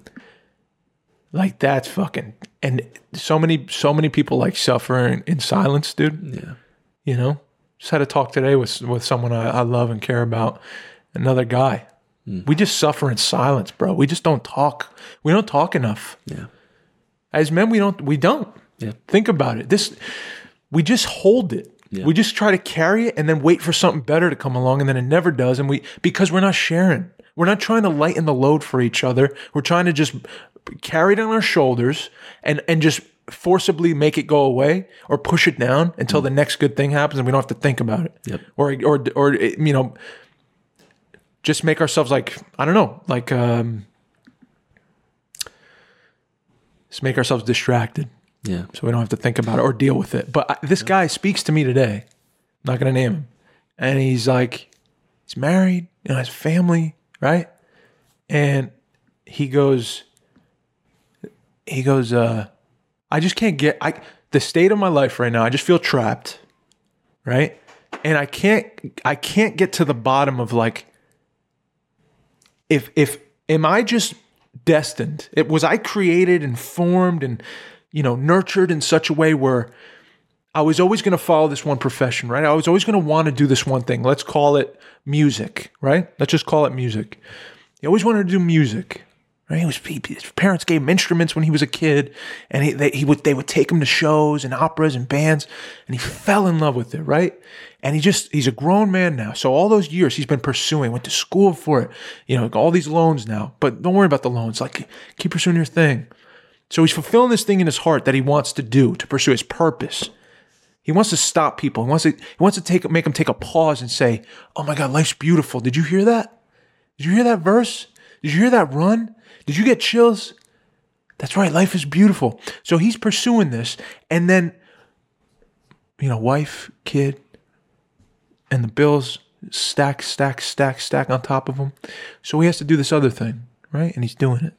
[SPEAKER 1] Like that's fucking and so many so many people like suffering in silence, dude.
[SPEAKER 2] Yeah.
[SPEAKER 1] You know? Just had a talk today with with someone I, I love and care about, another guy.
[SPEAKER 2] Hmm.
[SPEAKER 1] We just suffer in silence, bro. We just don't talk. We don't talk enough.
[SPEAKER 2] Yeah.
[SPEAKER 1] As men, we don't we don't.
[SPEAKER 2] Yeah.
[SPEAKER 1] Think about it. This we just hold it.
[SPEAKER 2] Yeah.
[SPEAKER 1] We just try to carry it and then wait for something better to come along and then it never does and we because we're not sharing. We're not trying to lighten the load for each other. We're trying to just carry it on our shoulders and and just forcibly make it go away or push it down until the next good thing happens and we don't have to think about it.
[SPEAKER 2] Yep.
[SPEAKER 1] Or or or you know just make ourselves like I don't know, like um just make ourselves distracted
[SPEAKER 2] Yeah.
[SPEAKER 1] so we don't have to think about it or deal with it. But I, this guy speaks to me today. I'm not going to name him, and he's like, he's married and has family, right? And he goes, he goes, uh, I just can't get I the state of my life right now. I just feel trapped, right? And I can't, I can't get to the bottom of like, if if am I just destined? It was I created and formed and you know nurtured in such a way where I was always going to follow this one profession, right? I was always going to want to do this one thing. Let's call it music, right? Let's just call it music. He always wanted to do music. Right? He was he- his parents gave him instruments when he was a kid, and he they, he would they would take him to shows and operas and bands, and he fell in love with it. Right? And he just he's a grown man now. So all those years he's been pursuing, went to school for it, you know, all these loans now. But don't worry about the loans. Like keep pursuing your thing. So he's fulfilling this thing in his heart that he wants to do to pursue his purpose. He wants to stop people. He wants to he wants to take make them take a pause and say, "Oh my God, life's beautiful. Did you hear that? Did you hear that verse? Did you hear that run? Did you get chills? That's right. Life is beautiful." So he's pursuing this, and then, you know, wife, kid, and the bills stack, stack, stack, stack on top of him. So he has to do this other thing, right? And he's doing it,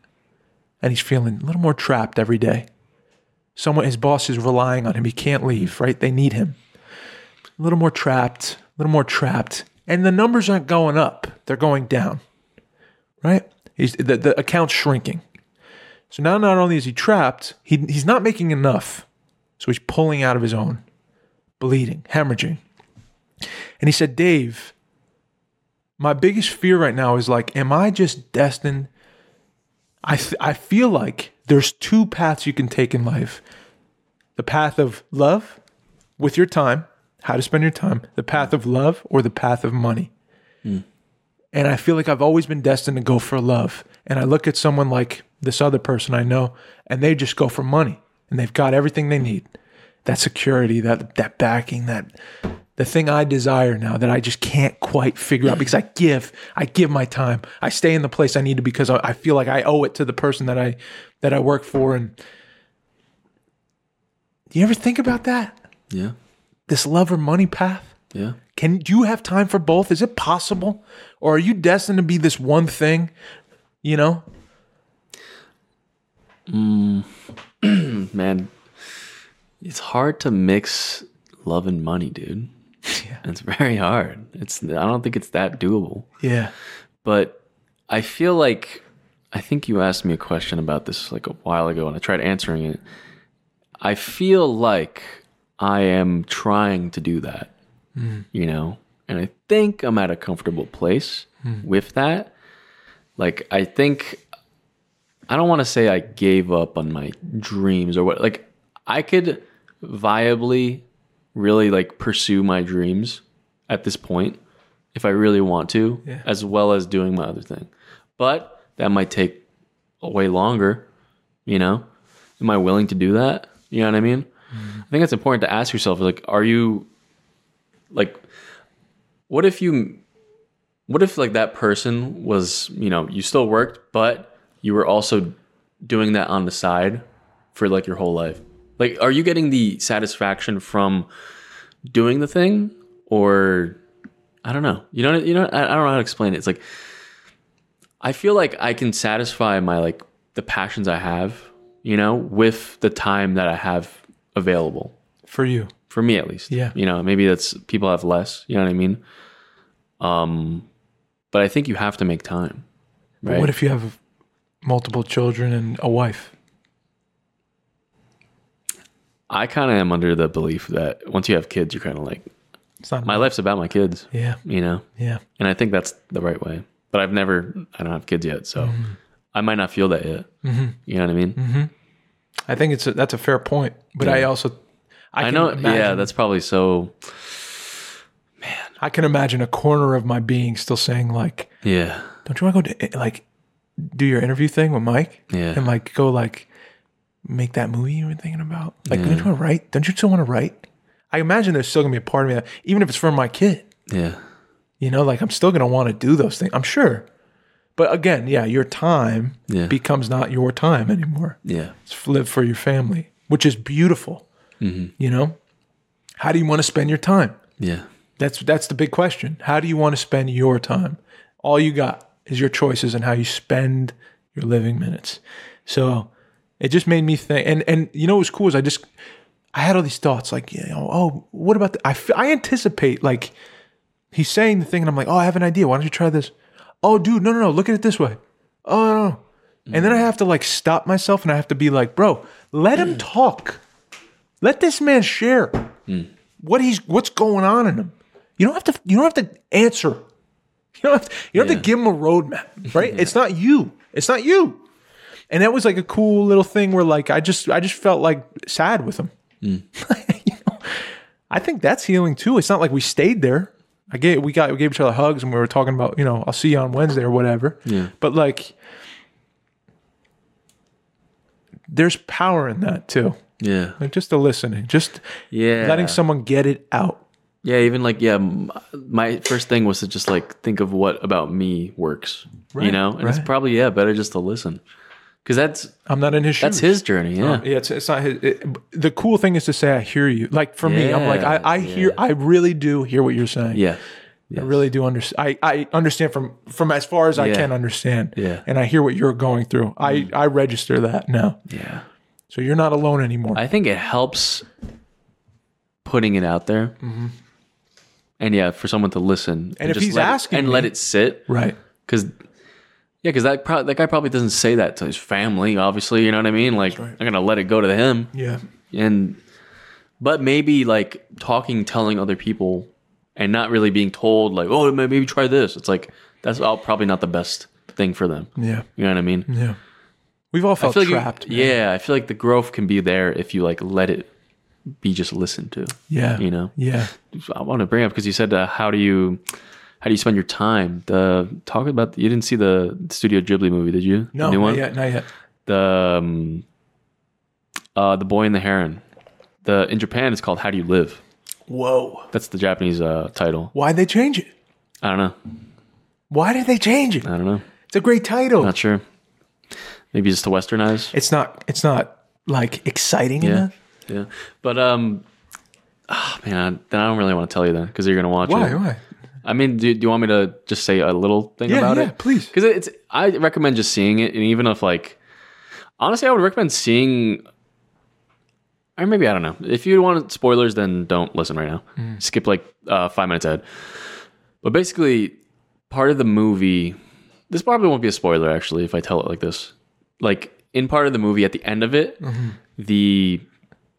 [SPEAKER 1] and he's feeling a little more trapped every day someone his boss is relying on him he can't leave right they need him a little more trapped a little more trapped and the numbers aren't going up they're going down right he's the, the account's shrinking so now not only is he trapped he, he's not making enough so he's pulling out of his own bleeding hemorrhaging and he said dave my biggest fear right now is like am i just destined I, th- I feel like there's two paths you can take in life the path of love with your time, how to spend your time, the path of love, or the path of money. And I feel like I've always been destined to go for love. And I look at someone like this other person I know, and they just go for money and they've got everything they need. That security, that that backing, that the thing I desire now that I just can't quite figure out because I give, I give my time. I stay in the place I need to because I, I feel like I owe it to the person that I that I work for. And do you ever think about that?
[SPEAKER 2] Yeah.
[SPEAKER 1] This love or money path?
[SPEAKER 2] Yeah.
[SPEAKER 1] Can do you have time for both? Is it possible? Or are you destined to be this one thing? You know?
[SPEAKER 2] Man, it's hard to mix love and money, dude.
[SPEAKER 1] Yeah.
[SPEAKER 2] It's very hard. It's I don't think it's that doable.
[SPEAKER 1] Yeah.
[SPEAKER 2] But I feel like I think you asked me a question about this like a while ago and I tried answering it. I feel like I am trying to do that. You know? And I think I'm at a comfortable place with that. Like I think I don't want to say I gave up on my dreams or what. Like I could viably really like pursue my dreams at this point if I really want to, as well as doing my other thing. But that might take way longer, you know? Am I willing to do that? You know what I mean? I think it's important to ask yourself like are you like what if you what if like that person was you know you still worked but you were also doing that on the side for like your whole life like are you getting the satisfaction from doing the thing or i don't know you know you know i I don't know how to explain it it's like i feel like i can satisfy my like the passions i have you know with the time that i have available
[SPEAKER 1] For you.
[SPEAKER 2] for me at least.
[SPEAKER 1] Yeah.
[SPEAKER 2] You know, maybe that's people have less, you know what I mean? Um but I think you have to make time. Right?
[SPEAKER 1] What if you have multiple children and a wife?
[SPEAKER 2] I kind of am under the belief that once you have kids you're kind of like
[SPEAKER 1] It's not
[SPEAKER 2] my life's about my kids,
[SPEAKER 1] Yeah.
[SPEAKER 2] you know?
[SPEAKER 1] Yeah.
[SPEAKER 2] And I think that's the right way. But I've never I don't have kids yet, so
[SPEAKER 1] Mm-hmm.
[SPEAKER 2] I might not feel that yet. You know what I mean?
[SPEAKER 1] I think it's a, that's a fair point, but I also I,
[SPEAKER 2] I
[SPEAKER 1] can
[SPEAKER 2] know
[SPEAKER 1] imagine,
[SPEAKER 2] yeah, that's probably so
[SPEAKER 1] I can imagine a corner of my being still saying like,
[SPEAKER 2] yeah.
[SPEAKER 1] "Don't you want to go to like do your interview thing with Mike?"
[SPEAKER 2] Yeah.
[SPEAKER 1] and like go like make that movie you were thinking about. Like,
[SPEAKER 2] Mm.
[SPEAKER 1] don't you want to write? Don't you still want to write? I imagine there's still gonna be a part of me that even if it's for my kid,
[SPEAKER 2] Yeah.
[SPEAKER 1] you know, like I'm still gonna want to do those things. I'm sure, but again, yeah, your time
[SPEAKER 2] Yeah.
[SPEAKER 1] becomes not your time anymore.
[SPEAKER 2] Yeah.
[SPEAKER 1] It's live for your family, which is beautiful.
[SPEAKER 2] Mm-hmm.
[SPEAKER 1] You know, how do you want to spend your time?
[SPEAKER 2] Yeah.
[SPEAKER 1] That's that's the big question. How do you want to spend your time? All you got is your choices and how you spend your living minutes. So it just made me think. And and you know what was cool is I just I had all these thoughts like you know oh what about the, I f- I anticipate like he's saying the thing and I'm like oh I have an idea why don't you try this oh dude no no no look at it this way oh no, no. and then I have to like stop myself and I have to be like bro let him talk let this man share what he's what's going on in him. You don't have to you don't have to answer. You don't have to, you don't have to give him a roadmap, right? It's not you. It's not you. And that was like a cool little thing where like I just I just felt like sad with him.
[SPEAKER 2] Mm.
[SPEAKER 1] you know? I think that's healing too. It's not like we stayed there. I gave we got we gave each other hugs and we were talking about, you know, I'll see you on Wednesday or whatever.
[SPEAKER 2] Yeah.
[SPEAKER 1] But like there's power in that too.
[SPEAKER 2] Yeah.
[SPEAKER 1] Like just the listening, just
[SPEAKER 2] Yeah.
[SPEAKER 1] letting someone get it out.
[SPEAKER 2] Yeah, even like yeah, m- my first thing was to just like think of what about me works, you
[SPEAKER 1] Right,
[SPEAKER 2] know, and it's
[SPEAKER 1] right.
[SPEAKER 2] probably yeah better just to listen, because that's
[SPEAKER 1] I'm not in his shoes.
[SPEAKER 2] that's his journey, yeah,
[SPEAKER 1] Yeah, it's, it's not his. It, the cool thing is to say, I hear you. Like for me, I'm like, I,
[SPEAKER 2] Yeah,
[SPEAKER 1] I hear, I really do hear what you're saying.
[SPEAKER 2] yeah,
[SPEAKER 1] I really do understand. I, I understand from from as far as I
[SPEAKER 2] Yeah.
[SPEAKER 1] can understand.
[SPEAKER 2] Yeah. Mm.
[SPEAKER 1] And I hear what you're going through. I, I register that now.
[SPEAKER 2] yeah.
[SPEAKER 1] So you're not alone anymore.
[SPEAKER 2] I think it helps putting it out there, and yeah, for someone to listen and,
[SPEAKER 1] Mm-hmm. if he's
[SPEAKER 2] let it-
[SPEAKER 1] asking
[SPEAKER 2] and
[SPEAKER 1] me-
[SPEAKER 2] let it sit,
[SPEAKER 1] right.
[SPEAKER 2] because yeah, because that pro- that guy probably doesn't say that to his family, obviously, you know what I mean? Like I'm gonna let it go to him,
[SPEAKER 1] Yeah.
[SPEAKER 2] and but maybe like talking telling other people and not really being told like oh ma- maybe try this it's like that's all probably not the best thing for them
[SPEAKER 1] Yeah.
[SPEAKER 2] you know what i mean
[SPEAKER 1] Yeah. We've all
[SPEAKER 2] i
[SPEAKER 1] felt
[SPEAKER 2] feel like you-
[SPEAKER 1] trapped. man.
[SPEAKER 2] yeah i feel like the growth can be there if you like let it be just listened to
[SPEAKER 1] Yeah.
[SPEAKER 2] you know
[SPEAKER 1] Yeah.
[SPEAKER 2] i want to bring up because you said uh, how do you how do you spend your time? The talk about you didn't see the Studio Ghibli movie, did you?
[SPEAKER 1] No,
[SPEAKER 2] the new
[SPEAKER 1] not
[SPEAKER 2] one.
[SPEAKER 1] yet, not yet.
[SPEAKER 2] The um, uh, the boy and the heron. The in Japan it's called How Do You Live.
[SPEAKER 1] Whoa.
[SPEAKER 2] That's the Japanese uh, title.
[SPEAKER 1] Why'd they change it?
[SPEAKER 2] I don't know.
[SPEAKER 1] Why did they change it?
[SPEAKER 2] I don't know.
[SPEAKER 1] It's a great title.
[SPEAKER 2] Uh, Not sure. Maybe just to westernize.
[SPEAKER 1] it's not it's not like exciting
[SPEAKER 2] Yeah,
[SPEAKER 1] enough.
[SPEAKER 2] yeah. But um, ah, man, then I don't really want to tell you that because you're gonna watch
[SPEAKER 1] Why?
[SPEAKER 2] it.
[SPEAKER 1] Why?
[SPEAKER 2] I mean, do, do you want me to just say a little thing
[SPEAKER 1] Yeah,
[SPEAKER 2] about
[SPEAKER 1] yeah,
[SPEAKER 2] it?
[SPEAKER 1] please.
[SPEAKER 2] Because it's I recommend just seeing it, and even if like honestly, I would recommend seeing. Or maybe I don't know. If you want spoilers, then don't listen right now. Skip like uh, five minutes ahead. But basically, part of the movie. This probably won't be a spoiler, actually, if I tell it like this. Like in part of the movie, at the end of it, the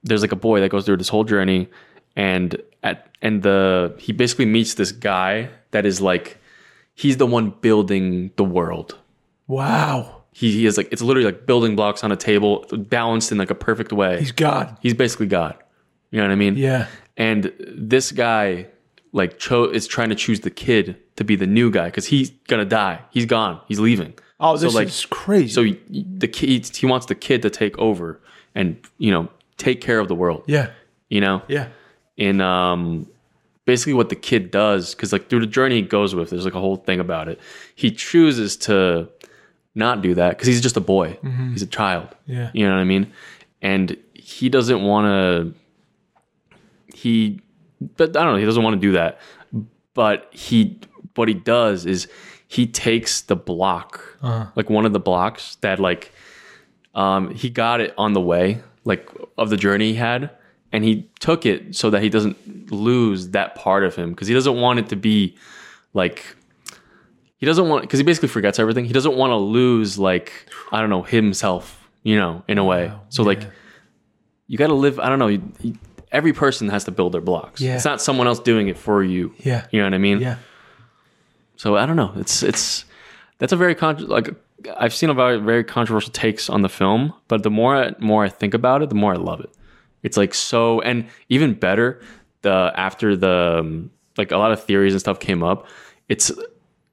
[SPEAKER 2] there's like a boy that goes through this whole journey and at and the he basically meets this guy that is like he's the one building the world
[SPEAKER 1] Wow.
[SPEAKER 2] he, he is like it's literally like building blocks on a table balanced in like a perfect way
[SPEAKER 1] He's
[SPEAKER 2] he's,
[SPEAKER 1] God.
[SPEAKER 2] basically god you know what i mean
[SPEAKER 1] Yeah.
[SPEAKER 2] and this guy like cho- is trying to choose the kid to be the new guy because he's gonna die he's gone he's leaving
[SPEAKER 1] Oh, this
[SPEAKER 2] like,
[SPEAKER 1] is crazy.
[SPEAKER 2] so y- y- the kid he wants the kid to take over and you know take care of the world
[SPEAKER 1] yeah.
[SPEAKER 2] you know
[SPEAKER 1] Yeah.
[SPEAKER 2] in um basically what the kid does because like through the journey he goes with there's like a whole thing about it he chooses to not do that because he's just a boy he's a child
[SPEAKER 1] Yeah.
[SPEAKER 2] you know what i mean and he doesn't want to he but i don't know he doesn't want to do that but he what he does is he takes the block like one of the blocks that like um, he got it on the way, like of the journey he had, and he took it so that he doesn't lose that part of him because he doesn't want it to be like he doesn't want because he basically forgets everything. He doesn't want to lose like I don't know himself, you know, in a way. So like you got to live. I don't know. You, you- every person has to build their blocks.
[SPEAKER 1] Yeah.
[SPEAKER 2] It's not someone else doing it for you.
[SPEAKER 1] Yeah.
[SPEAKER 2] You know what I mean?
[SPEAKER 1] Yeah.
[SPEAKER 2] So I don't know. It's it's that's a very con- like I've seen a very, very controversial takes on the film, but the more I, more I think about it, the more I love it. It's like so, and even better, the after the um, like a lot of theories and stuff came up. It's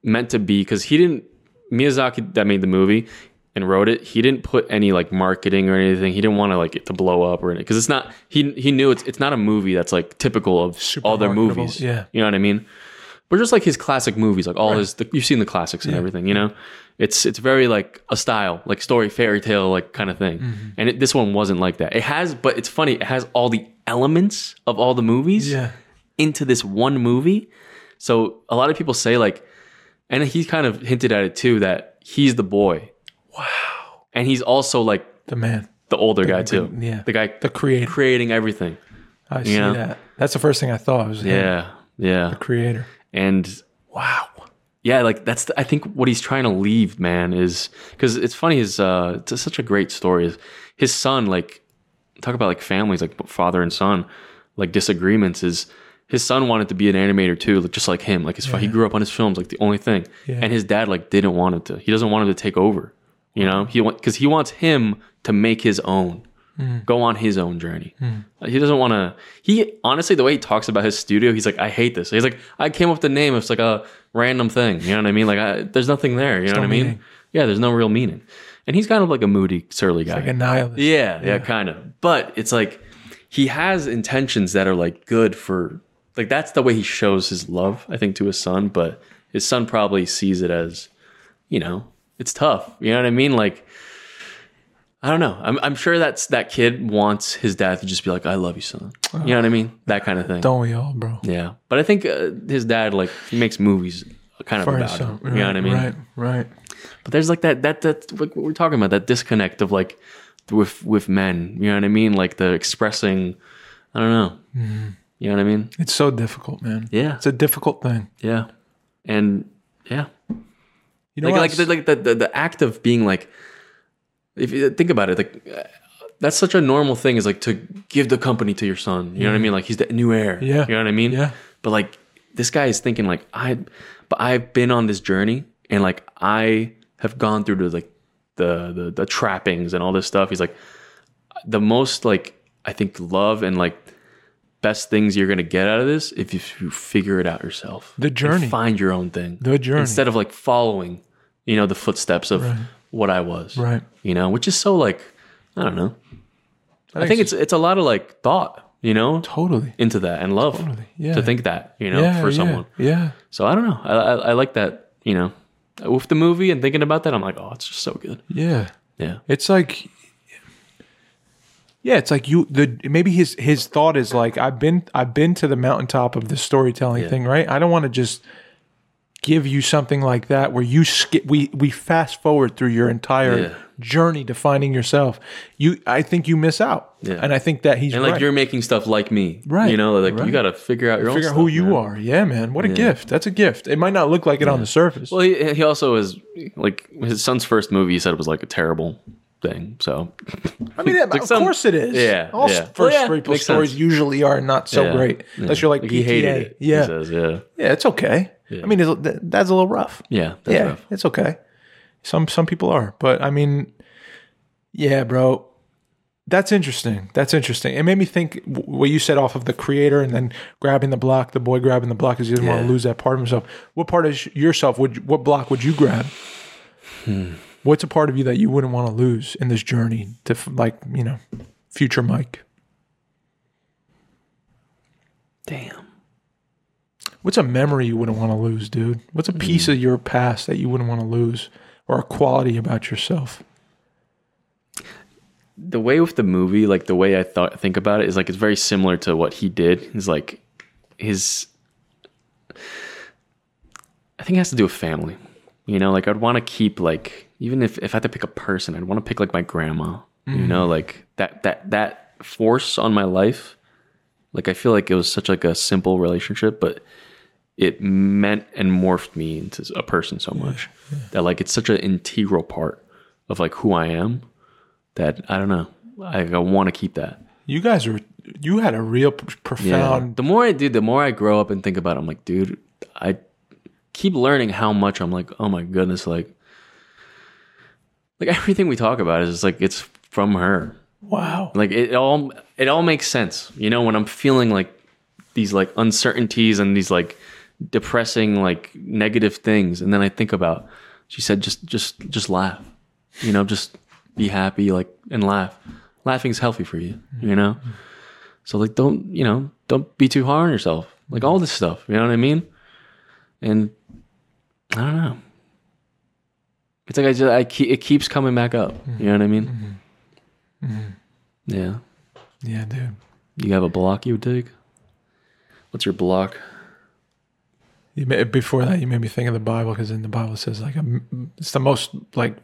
[SPEAKER 2] meant to be because he didn't Miyazaki that made the movie and wrote it. He didn't put any like marketing or anything. He didn't want to like it to blow up or anything because it's not. He he knew it's it's not a movie that's like typical of
[SPEAKER 1] Super
[SPEAKER 2] all their
[SPEAKER 1] marketable,
[SPEAKER 2] movies.
[SPEAKER 1] yeah.
[SPEAKER 2] you know what I mean but just like his classic movies, like all his the, you've seen the classics and everything, you know. It's it's very like a style, like story fairy tale, like kind of thing. And it, this one wasn't like that. It has, but it's funny. It has all the elements of all the movies
[SPEAKER 1] Yeah.
[SPEAKER 2] into this one movie. So a lot of people say like, and he kind of hinted at it too that he's the boy. Wow. And he's also like
[SPEAKER 1] The man.
[SPEAKER 2] the older guy too.
[SPEAKER 1] yeah.
[SPEAKER 2] The guy
[SPEAKER 1] The creator.
[SPEAKER 2] creating everything.
[SPEAKER 1] I see
[SPEAKER 2] know?
[SPEAKER 1] that. That's the first thing I thought was yeah.
[SPEAKER 2] Yeah. Yeah.
[SPEAKER 1] creator.
[SPEAKER 2] And
[SPEAKER 1] Wow.
[SPEAKER 2] yeah, like that's the, I think what he's trying to leave, man, is because it's funny. Is uh, it's such a great story. Is his son like talk about like families, like father and son, like disagreements. Is his son wanted to be an animator too, like just like him. Like his fa- he grew up on his films, like the only thing.
[SPEAKER 1] Yeah.
[SPEAKER 2] And his dad like didn't want him to. He doesn't want him to take over. You know, he want because he wants him to make his own,
[SPEAKER 1] Mm.
[SPEAKER 2] go on his own journey. Like, He doesn't want to. He honestly, the way he talks about his studio, he's like, I hate this. He's like, I came up with the name. It's like a random thing. You know what I mean? Like, I, there's nothing there. You know what I mean?
[SPEAKER 1] meaning.
[SPEAKER 2] Yeah, there's no real meaning. And he's kind of like a moody, surly guy.
[SPEAKER 1] Like a nihilist.
[SPEAKER 2] Yeah, yeah, kind of. But it's like he has intentions that are like good for like that's the way he shows his love, I think, to his son. But his son probably sees it as, you know, it's tough. You know what I mean? Like, I don't know. I'm, I'm sure that's that kid wants his dad to just be like, "I love you, son." You know what I mean? That kind of thing.
[SPEAKER 1] Don't we all, bro?
[SPEAKER 2] Yeah, but I think uh, his dad like he makes movies kind of
[SPEAKER 1] Or
[SPEAKER 2] about him.
[SPEAKER 1] something.
[SPEAKER 2] You know what I mean?
[SPEAKER 1] Right, right.
[SPEAKER 2] But there's like that that that like what we're talking about that disconnect of like with with men. You know what I mean? Like the expressing. I don't know. You know what I mean?
[SPEAKER 1] It's so difficult, man.
[SPEAKER 2] Mm-hmm. Yeah.
[SPEAKER 1] It's a difficult thing.
[SPEAKER 2] Yeah. And yeah,
[SPEAKER 1] You know
[SPEAKER 2] like
[SPEAKER 1] what
[SPEAKER 2] like
[SPEAKER 1] else?
[SPEAKER 2] the, like the, the the act of being like, if you think about it, like. uh, That's such a normal thing is like to give the company to your son. You know what I mean? Like he's the new heir.
[SPEAKER 1] Mm. Yeah.
[SPEAKER 2] You know what I mean?
[SPEAKER 1] Yeah.
[SPEAKER 2] But like this guy is thinking like I, but I've been on this journey and like I have gone through the like the the, the trappings and all this stuff. He's like the most like I think love and like best things you're going to get out of this if you if you figure it out yourself.
[SPEAKER 1] The
[SPEAKER 2] And
[SPEAKER 1] journey.
[SPEAKER 2] find your own thing.
[SPEAKER 1] The journey.
[SPEAKER 2] Instead of like following, you know, the footsteps of what I was.
[SPEAKER 1] Right.
[SPEAKER 2] You know, which is so like, I don't know. I think,
[SPEAKER 1] think
[SPEAKER 2] it's it's a lot of like thought, you know,
[SPEAKER 1] Totally.
[SPEAKER 2] into that and love
[SPEAKER 1] yeah.
[SPEAKER 2] to think that, you know,
[SPEAKER 1] yeah,
[SPEAKER 2] for
[SPEAKER 1] yeah,
[SPEAKER 2] someone.
[SPEAKER 1] Yeah.
[SPEAKER 2] So I don't know. I, I, I like that, you know, with the movie and thinking about that, I'm like, oh, it's just so good.
[SPEAKER 1] Yeah.
[SPEAKER 2] Yeah.
[SPEAKER 1] It's like Yeah, it's like you the maybe his his thought is like I've been I've been to the mountaintop of the storytelling
[SPEAKER 2] Yeah.
[SPEAKER 1] thing, right? I don't want to just give you something like that where you skip we we fast forward through your entire
[SPEAKER 2] Yeah.
[SPEAKER 1] journey to finding yourself. You I think you miss out.
[SPEAKER 2] Yeah.
[SPEAKER 1] And I think that he's
[SPEAKER 2] And like
[SPEAKER 1] right.
[SPEAKER 2] you're making stuff like me.
[SPEAKER 1] Right.
[SPEAKER 2] You know, like
[SPEAKER 1] Right.
[SPEAKER 2] you got to figure out your own
[SPEAKER 1] figure out
[SPEAKER 2] stuff,
[SPEAKER 1] who you
[SPEAKER 2] man.
[SPEAKER 1] are. Yeah, man. What a gift. That's a gift. It might not look like it on the surface.
[SPEAKER 2] Well, he, he also is like his son's first movie. He said it was like a terrible thing. So
[SPEAKER 1] I mean,
[SPEAKER 2] like
[SPEAKER 1] of
[SPEAKER 2] some-
[SPEAKER 1] course it is.
[SPEAKER 2] yeah,
[SPEAKER 1] All
[SPEAKER 2] yeah.
[SPEAKER 1] first
[SPEAKER 2] Well, yeah,
[SPEAKER 1] people
[SPEAKER 2] makes
[SPEAKER 1] stories
[SPEAKER 2] sense.
[SPEAKER 1] usually are not so
[SPEAKER 2] yeah,
[SPEAKER 1] Oh, great
[SPEAKER 2] yeah.
[SPEAKER 1] unless you're like,
[SPEAKER 2] he hated
[SPEAKER 1] PTA.
[SPEAKER 2] it. he
[SPEAKER 1] Yeah,
[SPEAKER 2] says, yeah,
[SPEAKER 1] yeah, it's okay. I mean, it's, th- that's a little rough.
[SPEAKER 2] yeah, that's
[SPEAKER 1] yeah,
[SPEAKER 2] rough.
[SPEAKER 1] it's okay. Some some people are, but I mean, yeah, bro. That's interesting. That's interesting. It made me think w- what you said off of the creator and then grabbing the block, the boy grabbing the block because he didn't want
[SPEAKER 2] Yeah.
[SPEAKER 1] to lose that part of himself. What part of sh- yourself would you- what block would you grab?
[SPEAKER 2] Hmm.
[SPEAKER 1] What's a part of you that you wouldn't want to lose in this journey to f- like you know, future Mike?
[SPEAKER 2] Damn.
[SPEAKER 1] What's a memory you wouldn't want to lose, dude? What's a piece of your past that you wouldn't want to lose, or a quality about yourself?
[SPEAKER 2] The way with the movie, like the way I thought think about it, is like it's very similar to what he did. Is like his. I think it has to do with family. You know, like I'd want to keep like even if if I had to pick a person, I'd want to pick like my grandma. You know, like that that that force on my life. Like I feel like it was such like a simple relationship, but it meant and morphed me into a person so much that like it's such an integral part of like who I am that I don't know. I, I want to keep that.
[SPEAKER 1] You guys are you had a real p- profound
[SPEAKER 2] The more I do, the more I grow up and think about it, I'm like, dude, I keep learning how much I'm like, oh my goodness, like like everything we talk about is just like it's from her.
[SPEAKER 1] wow.
[SPEAKER 2] Like it all it all makes sense. You know, when I'm feeling like these like uncertainties and these like depressing like negative things and then I think about she said just just just laugh. You know, just be happy like and laugh. Laughing's healthy for you, you know? So like don't, you know, don't be too hard on yourself. Like all this stuff, you know what I mean? And I don't know. It's like I just I keep it keeps coming back up. You know what I mean? Yeah.
[SPEAKER 1] Yeah, dude.
[SPEAKER 2] You have a block you would take? What's your block?
[SPEAKER 1] You ma- before that, you made me think of the Bible because in the Bible it says like a m it's the most like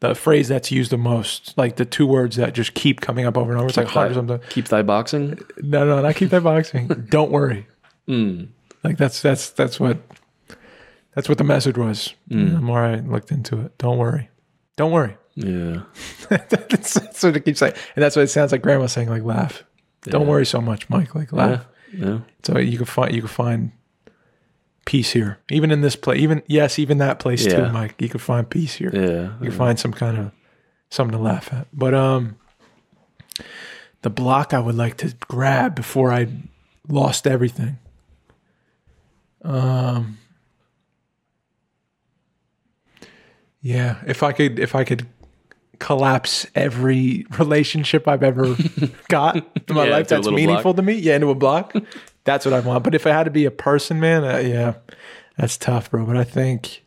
[SPEAKER 1] the phrase that's used the most, like the two words that just keep coming up over and over. It's like
[SPEAKER 2] Keep
[SPEAKER 1] hard or
[SPEAKER 2] thy-
[SPEAKER 1] something.
[SPEAKER 2] Keep thy boxing?
[SPEAKER 1] No, no, not keep that boxing. Don't worry.
[SPEAKER 2] Mm.
[SPEAKER 1] Like that's that's that's what that's what the message was. The more I looked into it, don't worry, don't worry.
[SPEAKER 2] Yeah.
[SPEAKER 1] that's, that's what it keeps saying, and that's what it sounds like. Grandma saying like laugh. Don't
[SPEAKER 2] Yeah.
[SPEAKER 1] worry so much, Mike. Like laugh.
[SPEAKER 2] Yeah. Yeah.
[SPEAKER 1] So you can find you can find peace here, even in this place. Even yes, even that place
[SPEAKER 2] Yeah.
[SPEAKER 1] too, Mike. You can find peace here.
[SPEAKER 2] Yeah.
[SPEAKER 1] You can find some kind of something to laugh at. But um, the block I would like to grab before I lost everything. Um. Yeah, if I could, if I could collapse every relationship I've ever got in my
[SPEAKER 2] Yeah,
[SPEAKER 1] life
[SPEAKER 2] into a
[SPEAKER 1] that's
[SPEAKER 2] little
[SPEAKER 1] meaningful
[SPEAKER 2] block.
[SPEAKER 1] to me, yeah, into a block, that's what I want. But if it had to be a person, man, uh, yeah, that's tough, bro. But I think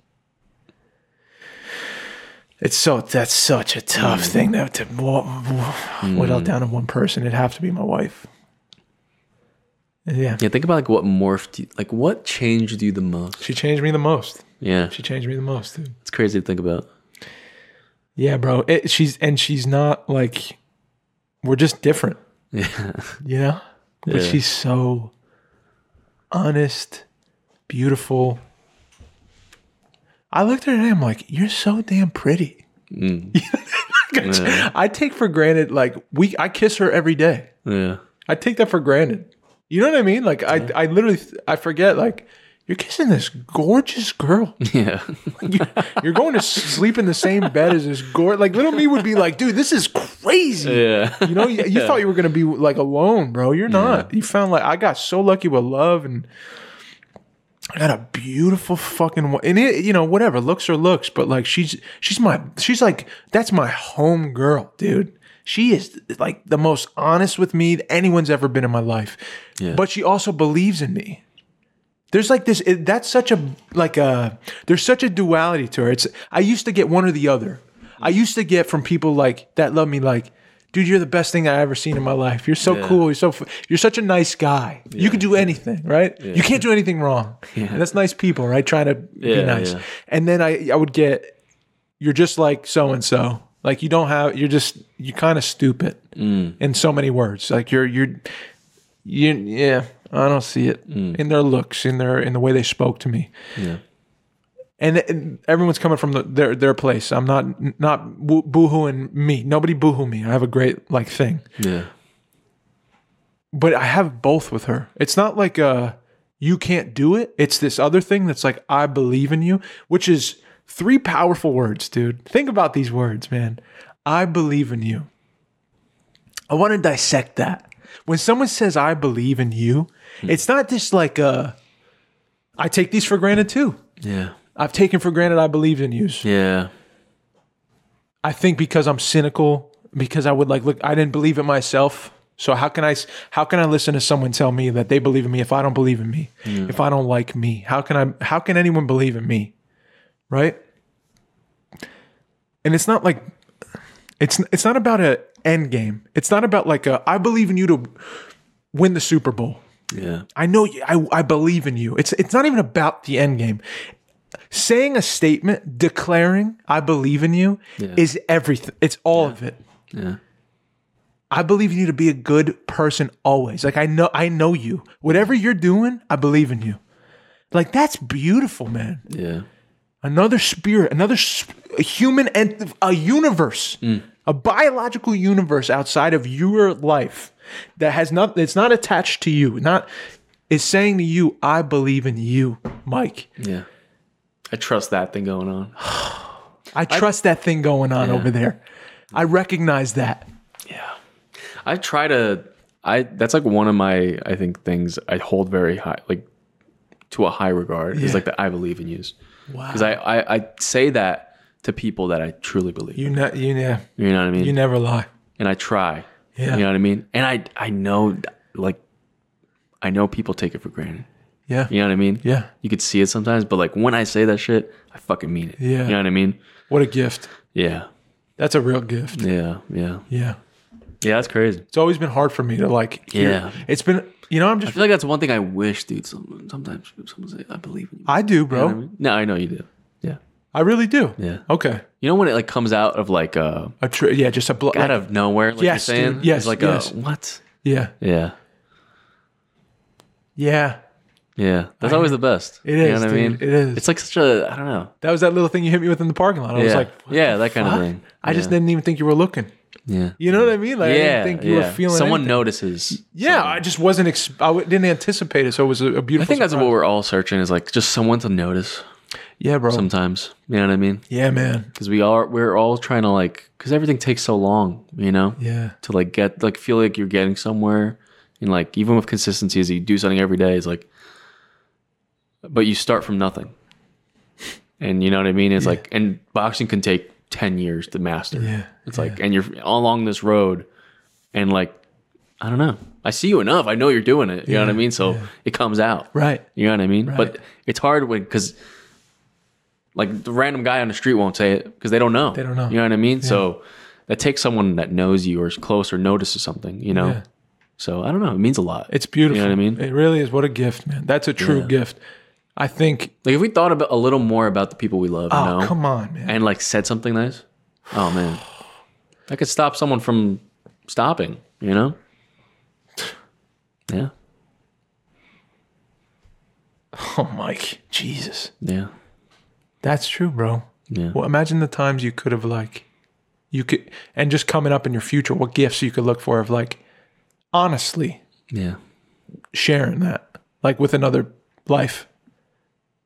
[SPEAKER 1] it's so that's such a tough
[SPEAKER 2] Mm.
[SPEAKER 1] thing to, to wa- wa- whittle down to one person. It'd have to be my wife. Yeah,
[SPEAKER 2] Yeah, think about like what morphed you like what changed you the most.
[SPEAKER 1] she changed me the most.
[SPEAKER 2] Yeah.
[SPEAKER 1] She changed me the most, dude.
[SPEAKER 2] It's crazy to think about.
[SPEAKER 1] Yeah, bro. It, she's and she's not like we're just different.
[SPEAKER 2] Yeah.
[SPEAKER 1] you know but
[SPEAKER 2] Yeah.
[SPEAKER 1] she's so honest beautiful i looked at her and i'm like you're so damn pretty
[SPEAKER 2] Mm. Yeah.
[SPEAKER 1] i take for granted like we i kiss her every day
[SPEAKER 2] Yeah.
[SPEAKER 1] i take that for granted you know what i mean like i i literally i forget like you're kissing this gorgeous girl.
[SPEAKER 2] Yeah.
[SPEAKER 1] You're going to sleep in the same bed as this gorgeous. Like little me would be like, dude, this is crazy.
[SPEAKER 2] yeah.
[SPEAKER 1] You know, you, you thought you were gonna be like alone, bro. You're not. You found like I got so lucky with love, and I got a beautiful fucking wo- and it, you know, whatever looks or looks, but like she's she's my she's like that's my home girl, dude. She is like the most honest with me that anyone's ever been in my life, but she also believes in me. There's like this. It, that's such a like a. There's such a duality to her. It's I used to get one or the other. I used to get from people like that love me like, dude, you're the best thing I ever seen in my life. You're so cool. You're so f- you're such a nice guy. You can do anything, right? You can't do anything wrong. And that's nice people, right? Trying to
[SPEAKER 2] Yeah,
[SPEAKER 1] be nice.
[SPEAKER 2] yeah.
[SPEAKER 1] And then I I would get, you're just like so and so. Like you don't have. You're just you're kind of stupid
[SPEAKER 2] Mm.
[SPEAKER 1] in so many words. Like you're you're you yeah i don't see it in their looks in their in the way they spoke to me
[SPEAKER 2] Yeah.
[SPEAKER 1] and, and everyone's coming from the, their their place i'm not not boo- boohooing me nobody boohoo me i have a great like thing
[SPEAKER 2] Yeah.
[SPEAKER 1] but i have both with her it's not like uh you can't do it it's this other thing that's like i believe in you which is three powerful words dude think about these words man i believe in you I want to dissect that. When someone says I believe in you, it's not just like uh I take these for granted too.
[SPEAKER 2] Yeah.
[SPEAKER 1] I've taken for granted I believe in yous.
[SPEAKER 2] Yeah.
[SPEAKER 1] I think because I'm cynical, because I would like look, I didn't believe it myself. So how can I s- how can I listen to someone tell me that they believe in me if I don't believe in me? If I don't like me, how can I how can anyone believe in me? Right? And it's not like it's it's not about a end game. It's not about like a I believe in you to win the Super Bowl.
[SPEAKER 2] Yeah.
[SPEAKER 1] I know you, I, I believe in you. It's it's not even about the end game. Saying a statement, declaring I believe in you is everything. It's all of it.
[SPEAKER 2] Yeah.
[SPEAKER 1] I believe in you to be a good person always. Like I know I know you. Whatever you're doing, I believe in you. Like that's beautiful, man.
[SPEAKER 2] Yeah.
[SPEAKER 1] Another spirit, another sp- a human and a universe,
[SPEAKER 2] Mm.
[SPEAKER 1] a biological universe outside of your life that has not it's not attached to you. Not is saying to you, I believe in you, Mike.
[SPEAKER 2] Yeah. I trust that thing going on.
[SPEAKER 1] I trust that thing going on over there. I recognize that.
[SPEAKER 2] Yeah. I try to I that's like one of my I think things I hold very high like to a high regard is like the I believe in yous.
[SPEAKER 1] Wow.
[SPEAKER 2] Because I, I I say that to people that I truly believe.
[SPEAKER 1] You ne- you ne-
[SPEAKER 2] You know what I mean?
[SPEAKER 1] you never lie.
[SPEAKER 2] and I try.
[SPEAKER 1] Yeah.
[SPEAKER 2] You know what I mean? And I I know like I know people take it for granted.
[SPEAKER 1] Yeah.
[SPEAKER 2] You know what I mean?
[SPEAKER 1] Yeah.
[SPEAKER 2] You could see it sometimes, but like when I say that shit, I fucking mean it.
[SPEAKER 1] Yeah.
[SPEAKER 2] You know what I mean?
[SPEAKER 1] What a gift.
[SPEAKER 2] Yeah.
[SPEAKER 1] That's a real gift.
[SPEAKER 2] Yeah. Yeah.
[SPEAKER 1] Yeah.
[SPEAKER 2] Yeah, that's crazy.
[SPEAKER 1] It's always been hard for me to like hear-
[SPEAKER 2] Yeah.
[SPEAKER 1] It's been you know, I'm
[SPEAKER 2] I
[SPEAKER 1] just
[SPEAKER 2] feel like that's one thing I wish, dude. Some, sometimes someone say, "I believe in you."
[SPEAKER 1] I do, bro.
[SPEAKER 2] You know what I mean? No, I know you do. Yeah,
[SPEAKER 1] I really do.
[SPEAKER 2] Yeah.
[SPEAKER 1] Okay.
[SPEAKER 2] you know when it like comes out of like uh
[SPEAKER 1] A tr- yeah, just a bl-
[SPEAKER 2] out of nowhere, like
[SPEAKER 1] Yes,
[SPEAKER 2] you're saying,
[SPEAKER 1] dude. Yes,
[SPEAKER 2] It's like
[SPEAKER 1] yes.
[SPEAKER 2] a what?
[SPEAKER 1] yeah.
[SPEAKER 2] Yeah,
[SPEAKER 1] Yeah.
[SPEAKER 2] yeah. That's always the best.
[SPEAKER 1] It
[SPEAKER 2] You know
[SPEAKER 1] is,
[SPEAKER 2] what I mean?
[SPEAKER 1] dude. It is.
[SPEAKER 2] It's like such a I don't know.
[SPEAKER 1] That was that little thing you hit me with in the parking lot. I was
[SPEAKER 2] Yeah.
[SPEAKER 1] like, what
[SPEAKER 2] Yeah,
[SPEAKER 1] the
[SPEAKER 2] that kind of
[SPEAKER 1] fuck?
[SPEAKER 2] thing.
[SPEAKER 1] I just
[SPEAKER 2] Yeah.
[SPEAKER 1] didn't even think you were looking.
[SPEAKER 2] Yeah,
[SPEAKER 1] You know what I mean? Like, I
[SPEAKER 2] yeah.
[SPEAKER 1] didn't think you
[SPEAKER 2] yeah.
[SPEAKER 1] were feeling
[SPEAKER 2] Someone
[SPEAKER 1] anything.
[SPEAKER 2] notices.
[SPEAKER 1] Yeah, I just wasn't. Ex- I w- didn't anticipate it, so it was a, a beautiful.
[SPEAKER 2] I think that's
[SPEAKER 1] surprise.
[SPEAKER 2] what we're all searching is like just someone to notice
[SPEAKER 1] Yeah, bro.
[SPEAKER 2] sometimes. You know what I mean?
[SPEAKER 1] yeah, man.
[SPEAKER 2] Because we are we're all trying to like because everything takes so long. You know?
[SPEAKER 1] Yeah,
[SPEAKER 2] to like get like feel like you're getting somewhere and like even with consistency as you do something every day is like but you start from nothing and you know what i mean it's like and boxing can take 10 years to master
[SPEAKER 1] Yeah,
[SPEAKER 2] it's like and you're along this road and like i don't know i see you enough i know you're doing it you know what i mean so it comes out
[SPEAKER 1] right.
[SPEAKER 2] you know what i mean but it's hard when because like the random guy on the street won't say it because they don't know. They
[SPEAKER 1] don't know.
[SPEAKER 2] You know what I mean? So that takes someone that knows you or is close or notices something, you know?
[SPEAKER 1] Yeah.
[SPEAKER 2] So I don't know. It means a lot.
[SPEAKER 1] It's beautiful.
[SPEAKER 2] You know what I mean?
[SPEAKER 1] It really is. What a gift, man. That's a true gift. I think.
[SPEAKER 2] like if we thought about a little more about the people we love, you
[SPEAKER 1] Oh,
[SPEAKER 2] know,
[SPEAKER 1] come on, man.
[SPEAKER 2] and like said something nice, oh man, that could stop someone from stopping, you know? Yeah.
[SPEAKER 1] Oh, Mike. Jesus.
[SPEAKER 2] Yeah.
[SPEAKER 1] That's true, bro.
[SPEAKER 2] Yeah.
[SPEAKER 1] Well, imagine the times you could have like, you could, and just coming up in your future, what gifts you could look for of like, honestly
[SPEAKER 2] Yeah.
[SPEAKER 1] sharing that, like with another life,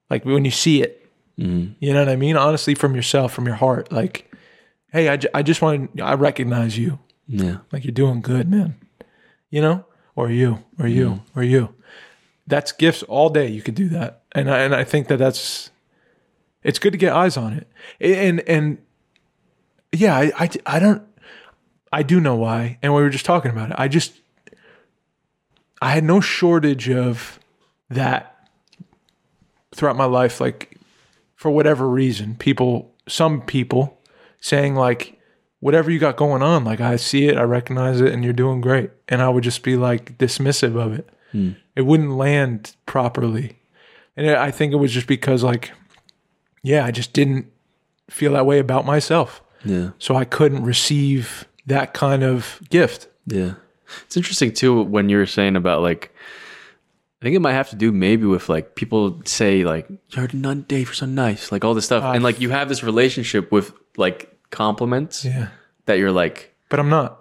[SPEAKER 1] Like when you see it, you know what I mean? Honestly, from yourself, from your heart. Like, hey, I, ju- I just want to, I recognize you.
[SPEAKER 2] Yeah.
[SPEAKER 1] Like you're doing good, man. You know, or you, or you, or you. That's gifts all day. You could do that, and I, and I think that that's it's good to get eyes on it. And and yeah, I, I I don't I do know why, and we were just talking about it. I just I had no shortage of that throughout my life. Like for whatever reason, people, some people, saying like whatever you got going on, like I see it, I recognize it, and you're doing great. And I would just be like dismissive of it. It wouldn't land properly. And it, I think it was just because, like, yeah, I just didn't feel that way about myself.
[SPEAKER 2] Yeah.
[SPEAKER 1] So I couldn't receive that kind of gift.
[SPEAKER 2] Yeah. It's interesting too when you were saying about like I think it might have to do maybe with like people say like you're not Dave, you're so nice, like all this stuff. and like you have this relationship with like compliments
[SPEAKER 1] Yeah.
[SPEAKER 2] that you're like
[SPEAKER 1] But I'm not.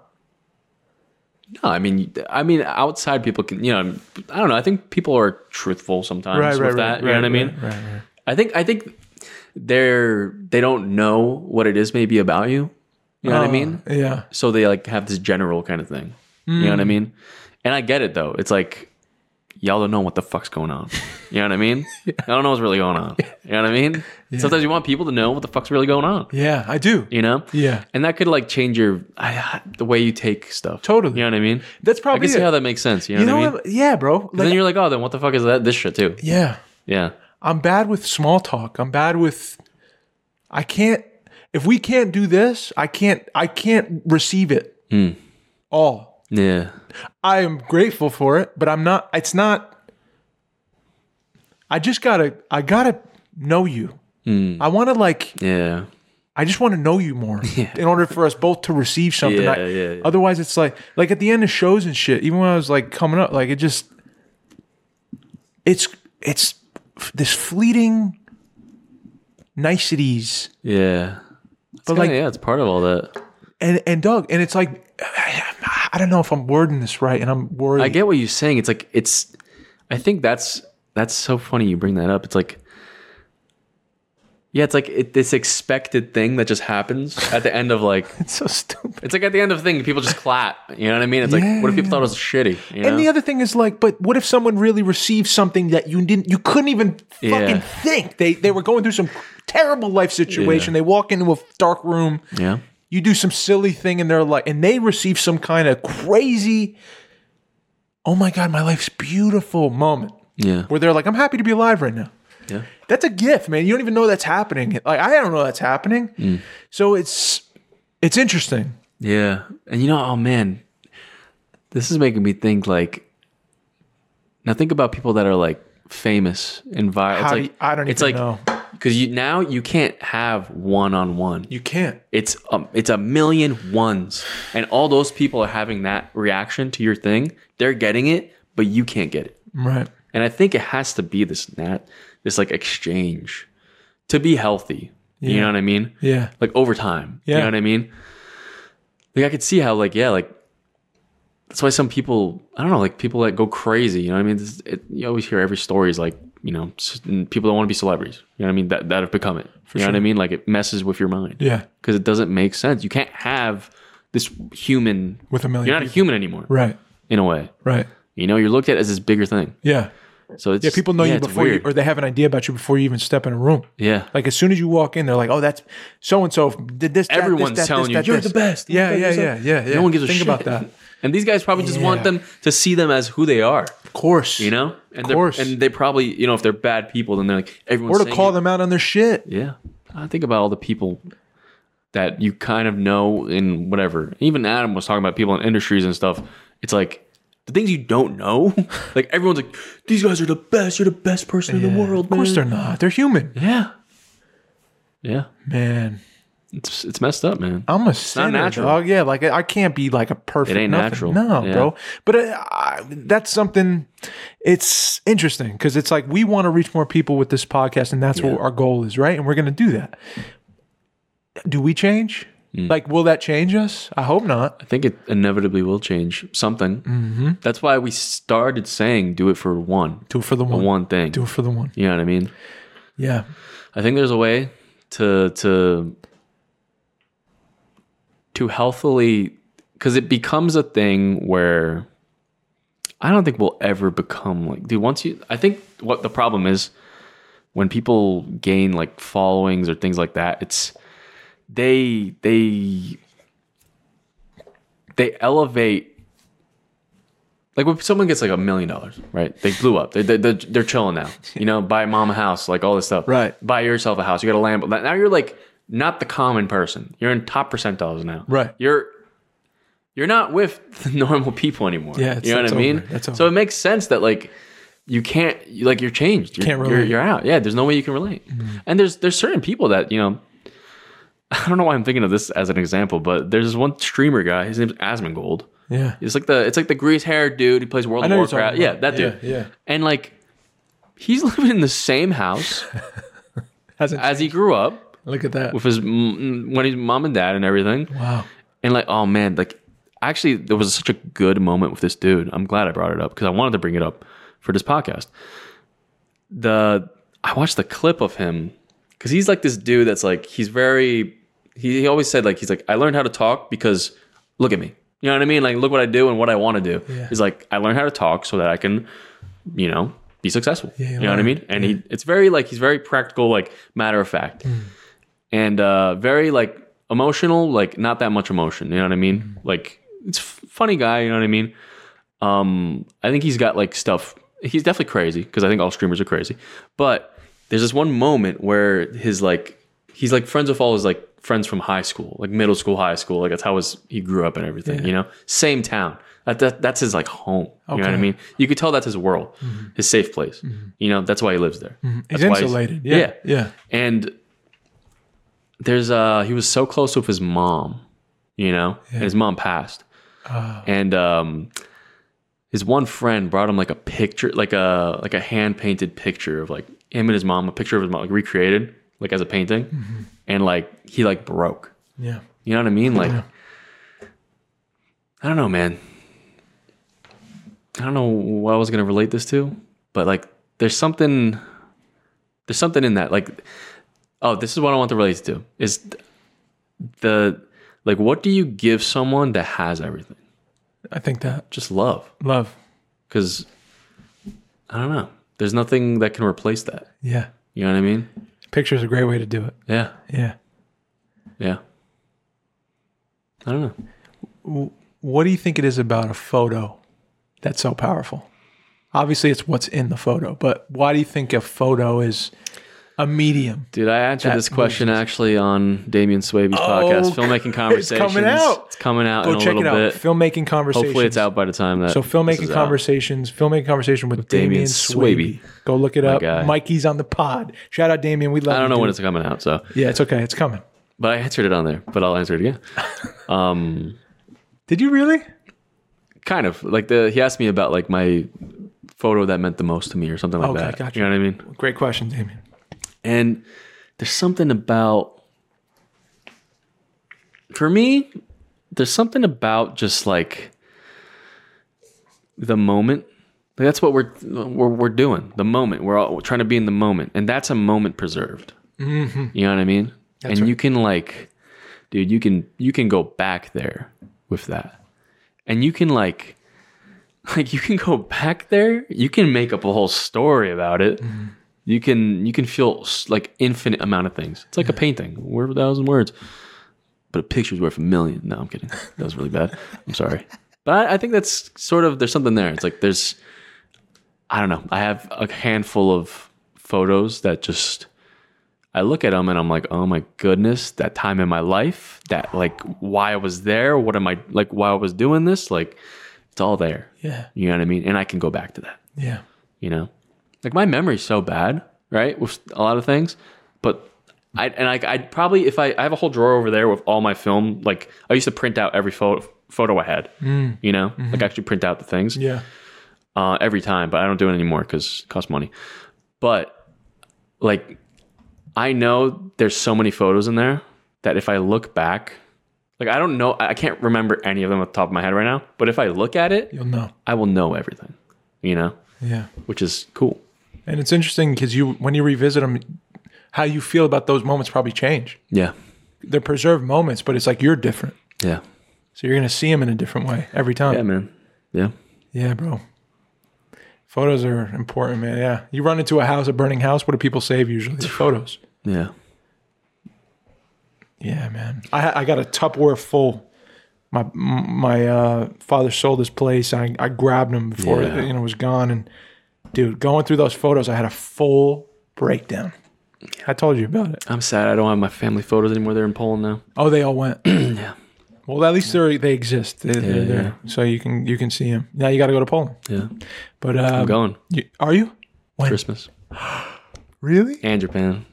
[SPEAKER 2] no, I mean, I mean, outside people can, you know, I don't know. I think people are truthful sometimes
[SPEAKER 1] Right,
[SPEAKER 2] with
[SPEAKER 1] right,
[SPEAKER 2] that.
[SPEAKER 1] right,
[SPEAKER 2] you know
[SPEAKER 1] right,
[SPEAKER 2] what I mean?
[SPEAKER 1] right, right, right.
[SPEAKER 2] I think, I think they're they don't know what it is maybe about you. You know what I
[SPEAKER 1] Uh,
[SPEAKER 2] mean?
[SPEAKER 1] Yeah.
[SPEAKER 2] so they like have this general kind of thing. You know what I
[SPEAKER 1] Hmm.
[SPEAKER 2] mean? And I get it though. It's like y'all don't know what the fuck's going on. You know what I mean? I don't know what's really going on. You know what I mean? Sometimes you want people to know what the fuck's really going on.
[SPEAKER 1] Yeah, I do.
[SPEAKER 2] You know?
[SPEAKER 1] Yeah.
[SPEAKER 2] And that could like change your I, the way you take stuff.
[SPEAKER 1] Totally.
[SPEAKER 2] You know what I mean?
[SPEAKER 1] That's
[SPEAKER 2] I
[SPEAKER 1] probably
[SPEAKER 2] can see
[SPEAKER 1] it.
[SPEAKER 2] how that makes sense. You know
[SPEAKER 1] you know
[SPEAKER 2] what I mean?
[SPEAKER 1] what? Yeah, bro.
[SPEAKER 2] then
[SPEAKER 1] Like,
[SPEAKER 2] you're like, oh, then what the fuck is that? This shit too.
[SPEAKER 1] yeah.
[SPEAKER 2] Yeah.
[SPEAKER 1] I'm bad with small talk. I'm bad with I can't if we can't do this, I can't I can't receive it all.
[SPEAKER 2] Yeah.
[SPEAKER 1] I am grateful for it, but I'm not it's not I just gotta I gotta know you. I wanna like
[SPEAKER 2] Yeah.
[SPEAKER 1] I just want to know you more in order for us both to receive something.
[SPEAKER 2] Yeah,
[SPEAKER 1] I-
[SPEAKER 2] yeah, yeah.
[SPEAKER 1] Otherwise, it's like like at the end of shows and shit. Even when I was like coming up, like it just it's it's f- this fleeting niceties
[SPEAKER 2] Yeah. But
[SPEAKER 1] like-
[SPEAKER 2] like, yeah, it's part of all that.
[SPEAKER 1] and and Doug and it's like I don't know if I'm wording this right, and I'm worried.
[SPEAKER 2] I get what you're saying. It's like it's. I think that's that's so funny you bring that up. It's like, yeah, it's like it, this expected thing that just happens at the end of like.
[SPEAKER 1] it's so stupid.
[SPEAKER 2] It's like at the end of the thing, people just clap. You know what I mean? It's like, what if people thought it was shitty? You know?
[SPEAKER 1] And the other thing is like, but what if someone really received something that you didn't, you couldn't even fucking
[SPEAKER 2] Yeah.
[SPEAKER 1] think? They they were going through some terrible life situation. They walk into a dark room.
[SPEAKER 2] yeah,
[SPEAKER 1] you do some silly thing in their life and they receive some kind of crazy oh my god my life's beautiful moment
[SPEAKER 2] yeah,
[SPEAKER 1] where they're like i'm happy to be alive right now
[SPEAKER 2] yeah,
[SPEAKER 1] that's a gift man you don't even know that's happening like i don't know that's happening
[SPEAKER 2] Mm.
[SPEAKER 1] so it's it's interesting
[SPEAKER 2] yeah. And you know, oh man, this is making me think. Like, now think about people that are like famous and viral. It's
[SPEAKER 1] How do
[SPEAKER 2] like
[SPEAKER 1] you- i don't
[SPEAKER 2] it's
[SPEAKER 1] even
[SPEAKER 2] like,
[SPEAKER 1] know
[SPEAKER 2] Because you now you can't have one on one.
[SPEAKER 1] you can't
[SPEAKER 2] it's um, it's a million ones and all those people are having that reaction to your thing they're getting it but you can't get it
[SPEAKER 1] right
[SPEAKER 2] and i think it has to be this nat this like exchange to be healthy you know what i mean
[SPEAKER 1] yeah
[SPEAKER 2] like over time you
[SPEAKER 1] Yeah.
[SPEAKER 2] know what i mean like i could see how like yeah like that's why some people i don't know like people that go crazy you know what i mean this, it, you always hear every story is like you know s- people that want to be celebrities you know what i mean that that have become it you know what i mean like it messes with your mind
[SPEAKER 1] yeah
[SPEAKER 2] because it doesn't make sense. You can't have this human.
[SPEAKER 1] with a 1000000
[SPEAKER 2] You're not a human anymore,
[SPEAKER 1] right
[SPEAKER 2] in a way.
[SPEAKER 1] right
[SPEAKER 2] You know, you're looked at as this bigger thing.
[SPEAKER 1] yeah
[SPEAKER 2] So it's
[SPEAKER 1] yeah people know you
[SPEAKER 2] it's
[SPEAKER 1] before you
[SPEAKER 2] weird.
[SPEAKER 1] or they have an idea about you before you even step in a room
[SPEAKER 2] yeah,
[SPEAKER 1] Like as soon as you walk in, they're like, "Oh, that's so and so did this." that, this,
[SPEAKER 2] Everyone's
[SPEAKER 1] that,
[SPEAKER 2] telling
[SPEAKER 1] this,
[SPEAKER 2] you,
[SPEAKER 1] that,
[SPEAKER 2] "You're
[SPEAKER 1] this."
[SPEAKER 2] the best.
[SPEAKER 1] Yeah,
[SPEAKER 2] You're
[SPEAKER 1] yeah,
[SPEAKER 2] the
[SPEAKER 1] yeah,
[SPEAKER 2] best."
[SPEAKER 1] yeah, yeah.
[SPEAKER 2] no one gives a
[SPEAKER 1] Think
[SPEAKER 2] shit
[SPEAKER 1] about that.
[SPEAKER 2] And these guys probably just want
[SPEAKER 1] Yeah.
[SPEAKER 2] them to see them as who they are.
[SPEAKER 1] Of course,
[SPEAKER 2] You know, and of
[SPEAKER 1] course.
[SPEAKER 2] and they probably, you know, if they're bad people, then they're like everyone's
[SPEAKER 1] or to
[SPEAKER 2] saying
[SPEAKER 1] call
[SPEAKER 2] it.
[SPEAKER 1] them out on their shit.
[SPEAKER 2] Yeah, I think about all the people that you kind of know in whatever. Even Adam was talking about people in industries and stuff. It's like the things you don't know. like everyone's like, these guys are the best. You're the best person in the world.
[SPEAKER 1] Of course,
[SPEAKER 2] man."
[SPEAKER 1] they're not. They're human,
[SPEAKER 2] Yeah. Yeah.
[SPEAKER 1] man.
[SPEAKER 2] It's it's messed up, man.
[SPEAKER 1] I'm a sinner,
[SPEAKER 2] natural.
[SPEAKER 1] dog. Yeah, like I can't be like a perfect.
[SPEAKER 2] It ain't
[SPEAKER 1] nothing.
[SPEAKER 2] natural.
[SPEAKER 1] no,
[SPEAKER 2] Yeah.
[SPEAKER 1] bro. But I, I, that's something. It's interesting because it's like we want to reach more people with this podcast, and that's what our goal is, right? And we're going to do that. Do we change?
[SPEAKER 2] Mm.
[SPEAKER 1] Like, will that change us? I hope not.
[SPEAKER 2] I think it inevitably will change something. Mm-hmm. That's why we started saying do it for one,
[SPEAKER 1] Do it for the
[SPEAKER 2] the
[SPEAKER 1] one.
[SPEAKER 2] one thing.
[SPEAKER 1] Do it for the one.
[SPEAKER 2] You know what I mean?
[SPEAKER 1] Yeah.
[SPEAKER 2] I think there's a way to to to healthily because it becomes a thing where I don't think we'll ever become like dude. Once you, I think what the problem is when people gain like followings or things like that. It's they they they elevate. Like when someone gets like a million dollars, right? They blew up. They, they, they're, they're chilling now. You know, buy mom a house, like all this stuff.
[SPEAKER 1] Right.
[SPEAKER 2] Buy yourself a house. You got a Lambo. Now you're like not the common person. You're in top percentiles now.
[SPEAKER 1] Right.
[SPEAKER 2] You're you're not with the normal people anymore.
[SPEAKER 1] Yeah, it's-
[SPEAKER 2] you know what
[SPEAKER 1] it's
[SPEAKER 2] I mean.
[SPEAKER 1] over. That's
[SPEAKER 2] So
[SPEAKER 1] over.
[SPEAKER 2] it makes sense that like you can't you- like you're changed. You're,
[SPEAKER 1] Can't
[SPEAKER 2] you're-
[SPEAKER 1] relate. Mm-hmm.
[SPEAKER 2] You're, out. Yeah, there's no way you can relate. And there's there's certain people that you know. I don't know why I'm thinking of this as an example, but there's this one streamer guy. His name's Asmongold.
[SPEAKER 1] Yeah.
[SPEAKER 2] It's like the it's like the grease haired dude. He plays World
[SPEAKER 1] I
[SPEAKER 2] of
[SPEAKER 1] know what you're
[SPEAKER 2] Warcraft.
[SPEAKER 1] talking
[SPEAKER 2] Yeah,
[SPEAKER 1] about.
[SPEAKER 2] that dude.
[SPEAKER 1] Yeah, yeah.
[SPEAKER 2] And like, he's living in the same house
[SPEAKER 1] Hasn't-
[SPEAKER 2] as he grew up
[SPEAKER 1] look at that.
[SPEAKER 2] with his m- when his mom and dad and everything.
[SPEAKER 1] Wow.
[SPEAKER 2] And like, oh man, like actually there was such a good moment with this dude. I'm glad I brought it up because I wanted to bring it up for this podcast. The I watched the clip of him because he's like this dude that's like he's very he, he always said like he's like I learned how to talk because look at me. You know what I mean? Like look what I do and what I want to do.
[SPEAKER 1] Yeah.
[SPEAKER 2] He's like I learned how to talk so that I can, you know, be successful.
[SPEAKER 1] you
[SPEAKER 2] you know what I
[SPEAKER 1] learn.
[SPEAKER 2] mean? And he it's very like he's very practical, like matter of fact and uh, very like emotional, like not that much emotion. You know what I mean? Like it's f- funny guy. You know what I mean? Um, I think he's got like stuff. He's definitely crazy because I think all streamers are crazy. But there's this one moment where his like he's like friends with all his like friends from high school, like middle school, high school. Like that's how his he grew up and everything. You know, same town. That, that that's his like home. You know
[SPEAKER 1] Okay.
[SPEAKER 2] what I
[SPEAKER 1] Mm-hmm.
[SPEAKER 2] mean? You could tell that's his world, his safe place. You know, that's why he lives there.
[SPEAKER 1] He's
[SPEAKER 2] That's why
[SPEAKER 1] insulated. Yeah. Yeah.
[SPEAKER 2] and there's uh he was so close with his mom, you know? And his mom passed. And um his one friend brought him like a picture, like a like a hand painted picture of like him and his mom, a picture of his mom like recreated, like as a painting. And like he like broke.
[SPEAKER 1] Yeah.
[SPEAKER 2] You know what I mean? Like, I don't know, man. I don't know what I was gonna relate this to, but like, there's something, there's something in that. Like, oh, this is what I want to relate to is the like, what do you give someone that has everything?
[SPEAKER 1] I think that
[SPEAKER 2] Just love,
[SPEAKER 1] love.
[SPEAKER 2] because I don't know. There's nothing that can replace that.
[SPEAKER 1] Yeah.
[SPEAKER 2] You know what I mean?
[SPEAKER 1] Picture's a great way to do it.
[SPEAKER 2] Yeah,
[SPEAKER 1] Yeah.
[SPEAKER 2] yeah. I don't know.
[SPEAKER 1] What do you think it is about a photo that's so powerful? Obviously, it's what's in the photo, but why do you think a photo is a medium?
[SPEAKER 2] Dude, I answered
[SPEAKER 1] That Oh,
[SPEAKER 2] this question actually on Damien Swaby's podcast, Filmmaking
[SPEAKER 1] it's
[SPEAKER 2] Conversations.
[SPEAKER 1] coming out.
[SPEAKER 2] It's coming out
[SPEAKER 1] Go
[SPEAKER 2] in a
[SPEAKER 1] check
[SPEAKER 2] little
[SPEAKER 1] it out.
[SPEAKER 2] bit.
[SPEAKER 1] Filmmaking conversations.
[SPEAKER 2] Hopefully, it's out by the time that.
[SPEAKER 1] So
[SPEAKER 2] this
[SPEAKER 1] filmmaking
[SPEAKER 2] is out.
[SPEAKER 1] conversations, filmmaking conversation with, Damien
[SPEAKER 2] Damien
[SPEAKER 1] Swaby.
[SPEAKER 2] Swaby.
[SPEAKER 1] Go look it up.
[SPEAKER 2] guy.
[SPEAKER 1] Mikey's on the pod. Shout out Damien. We love.
[SPEAKER 2] I don't
[SPEAKER 1] you,
[SPEAKER 2] know when
[SPEAKER 1] dude.
[SPEAKER 2] it's coming out, so
[SPEAKER 1] Yeah, it's okay. It's coming.
[SPEAKER 2] but I answered it on there. But I'll answer it again.
[SPEAKER 1] Did you really?
[SPEAKER 2] Kind of like the he asked me about like my photo that meant the most to me or something like
[SPEAKER 1] Okay,
[SPEAKER 2] that.
[SPEAKER 1] gotcha.
[SPEAKER 2] You know what I mean?
[SPEAKER 1] Great question, Damien.
[SPEAKER 2] And there's something about for me, there's something about just like the moment. Like, that's what we're, we're we're doing. The moment. We're all we're trying to be in the moment, and that's a moment preserved. You know what I mean? and you can like, dude, you can you can go back there with that, and you can like, like you can go back there. You can make up a whole story about it you can you can feel s- like infinite amount of things. It's like a painting, worth a thousand words, but a picture's worth a million. No, I'm kidding. That was really bad. I'm sorry, but I, I think that's sort of there's something there. It's like there's, I don't know. I have a handful of photos that just I look at them and I'm like, oh my goodness, that time in my life, that like why I was there, what am I like why I was doing this, like it's all there.
[SPEAKER 1] Yeah.
[SPEAKER 2] You know what I mean? And I can go back to that
[SPEAKER 1] Yeah.
[SPEAKER 2] you know like my memory's so bad right with a lot of things but i and like i'd probably if i i have a whole drawer over there with all my film like i used to print out every photo photo i had you know like actually print out the things
[SPEAKER 1] Yeah.
[SPEAKER 2] uh, every time, but I don't do it anymore because it costs money. But like, I know there's so many photos in there that if I look back, like I don't know, I I can't remember any of them off the top of my head right now. But if I look at it,
[SPEAKER 1] You'll know.
[SPEAKER 2] I will know everything, you know,
[SPEAKER 1] Yeah.
[SPEAKER 2] which is cool.
[SPEAKER 1] And it's interesting because you, when you revisit them, how you feel about those moments probably change.
[SPEAKER 2] Yeah.
[SPEAKER 1] They're preserved moments, but it's like you're different.
[SPEAKER 2] Yeah.
[SPEAKER 1] So you're gonna see them in a different way every time.
[SPEAKER 2] Yeah, man. Yeah.
[SPEAKER 1] Yeah, bro. Photos are important, man. Yeah. You run into a house, a burning house, what do people save usually? The photos.
[SPEAKER 2] Yeah.
[SPEAKER 1] Yeah, man. I I got a Tupperware full. My my uh, father sold this place. I I grabbed him before
[SPEAKER 2] Yeah.
[SPEAKER 1] it, you know was gone. And dude, going through those photos, I had a full breakdown. I told you about it.
[SPEAKER 2] I'm sad I don't have my family photos anymore. They're in Poland now.
[SPEAKER 1] Oh, they all went. yeah. Well, at least they they exist. They,
[SPEAKER 2] Yeah,
[SPEAKER 1] they're there, so you can you can see them. Now you got to go to Poland.
[SPEAKER 2] Yeah.
[SPEAKER 1] But
[SPEAKER 2] I'm
[SPEAKER 1] uh,
[SPEAKER 2] going.
[SPEAKER 1] you, are you When?
[SPEAKER 2] Christmas.
[SPEAKER 1] really?
[SPEAKER 2] And Japan.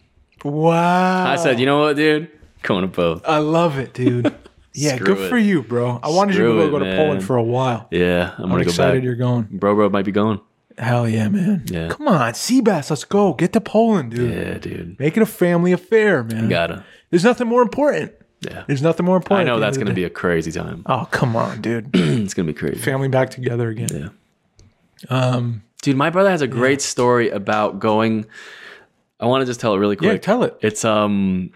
[SPEAKER 1] Wow.
[SPEAKER 2] I said, you know what, dude? Going to both.
[SPEAKER 1] I love it, dude. yeah,
[SPEAKER 2] Screw
[SPEAKER 1] good
[SPEAKER 2] it.
[SPEAKER 1] for you, bro. I wanted
[SPEAKER 2] Screw
[SPEAKER 1] you to
[SPEAKER 2] it,
[SPEAKER 1] go to
[SPEAKER 2] man.
[SPEAKER 1] Poland for a while.
[SPEAKER 2] Yeah. I'm,
[SPEAKER 1] I'm
[SPEAKER 2] going to go
[SPEAKER 1] excited
[SPEAKER 2] back.
[SPEAKER 1] you're going.
[SPEAKER 2] Bro, bro might be going.
[SPEAKER 1] Hell yeah, man.
[SPEAKER 2] Yeah.
[SPEAKER 1] Come on, Seabass, let's go. Get to Poland, dude.
[SPEAKER 2] Yeah, dude.
[SPEAKER 1] Make it a family affair, man.
[SPEAKER 2] Gotta.
[SPEAKER 1] There's nothing more important.
[SPEAKER 2] Yeah.
[SPEAKER 1] There's nothing more
[SPEAKER 2] I
[SPEAKER 1] important.
[SPEAKER 2] know that's going to be a crazy time.
[SPEAKER 1] Oh, come on, dude.
[SPEAKER 2] it's going to be crazy.
[SPEAKER 1] family back together again.
[SPEAKER 2] Yeah. Dude, my brother has a great story about going. I want to just tell it really
[SPEAKER 1] Yeah,
[SPEAKER 2] quick.
[SPEAKER 1] tell it.
[SPEAKER 2] It's um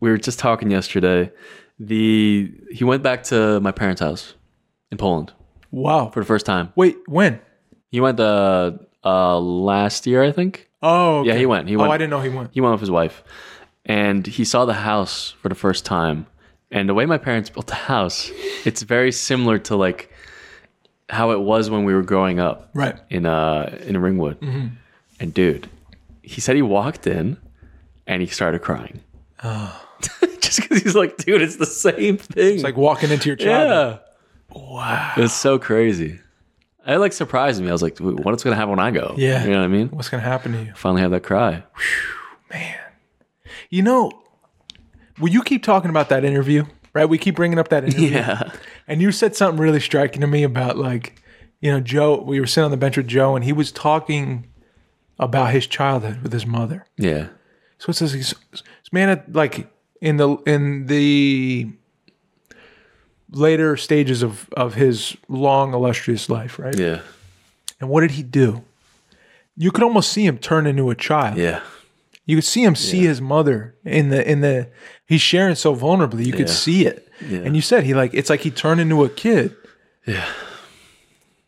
[SPEAKER 2] we were just talking yesterday. The he went back to my parents' house in Poland
[SPEAKER 1] Wow.
[SPEAKER 2] for the first time.
[SPEAKER 1] Wait, when?
[SPEAKER 2] He went the uh last year, I think.
[SPEAKER 1] Oh, okay.
[SPEAKER 2] Yeah, he went. He
[SPEAKER 1] Oh,
[SPEAKER 2] went.
[SPEAKER 1] I didn't know he went.
[SPEAKER 2] He went with his wife. And he saw the house for the first time. And the way my parents built the house, it's very similar to like how it was when we were growing up
[SPEAKER 1] Right.
[SPEAKER 2] in uh in Ringwood.
[SPEAKER 1] Mm-hmm.
[SPEAKER 2] And dude, he said he walked in and he started crying. Just because he's like, dude, it's the same thing.
[SPEAKER 1] Oh. It's like walking into your childhood.
[SPEAKER 2] yeah, wow, it's so crazy. It like surprised me. I was like, "Wait, what's gonna happen when I go?
[SPEAKER 1] Yeah.
[SPEAKER 2] you know what I mean.
[SPEAKER 1] What's going to happen to you?
[SPEAKER 2] Finally have that cry.
[SPEAKER 1] You know, well, you keep talking about that interview, right? We keep bringing up that interview.
[SPEAKER 2] Yeah,
[SPEAKER 1] And you said something really striking to me about like, you know, Joe. We were sitting on the bench with Joe, and he was talking about his childhood with his mother.
[SPEAKER 2] yeah,
[SPEAKER 1] So it says he's this man at like in the in the later stages of of his long illustrious life, right?
[SPEAKER 2] yeah,
[SPEAKER 1] And what did he do? You could almost see him turn into a child.
[SPEAKER 2] yeah,
[SPEAKER 1] You could see him see his mother in the in the he's sharing so vulnerably. You could
[SPEAKER 2] Yeah.
[SPEAKER 1] see it.
[SPEAKER 2] Yeah.
[SPEAKER 1] And you said he like it's like he turned into a kid.
[SPEAKER 2] Yeah.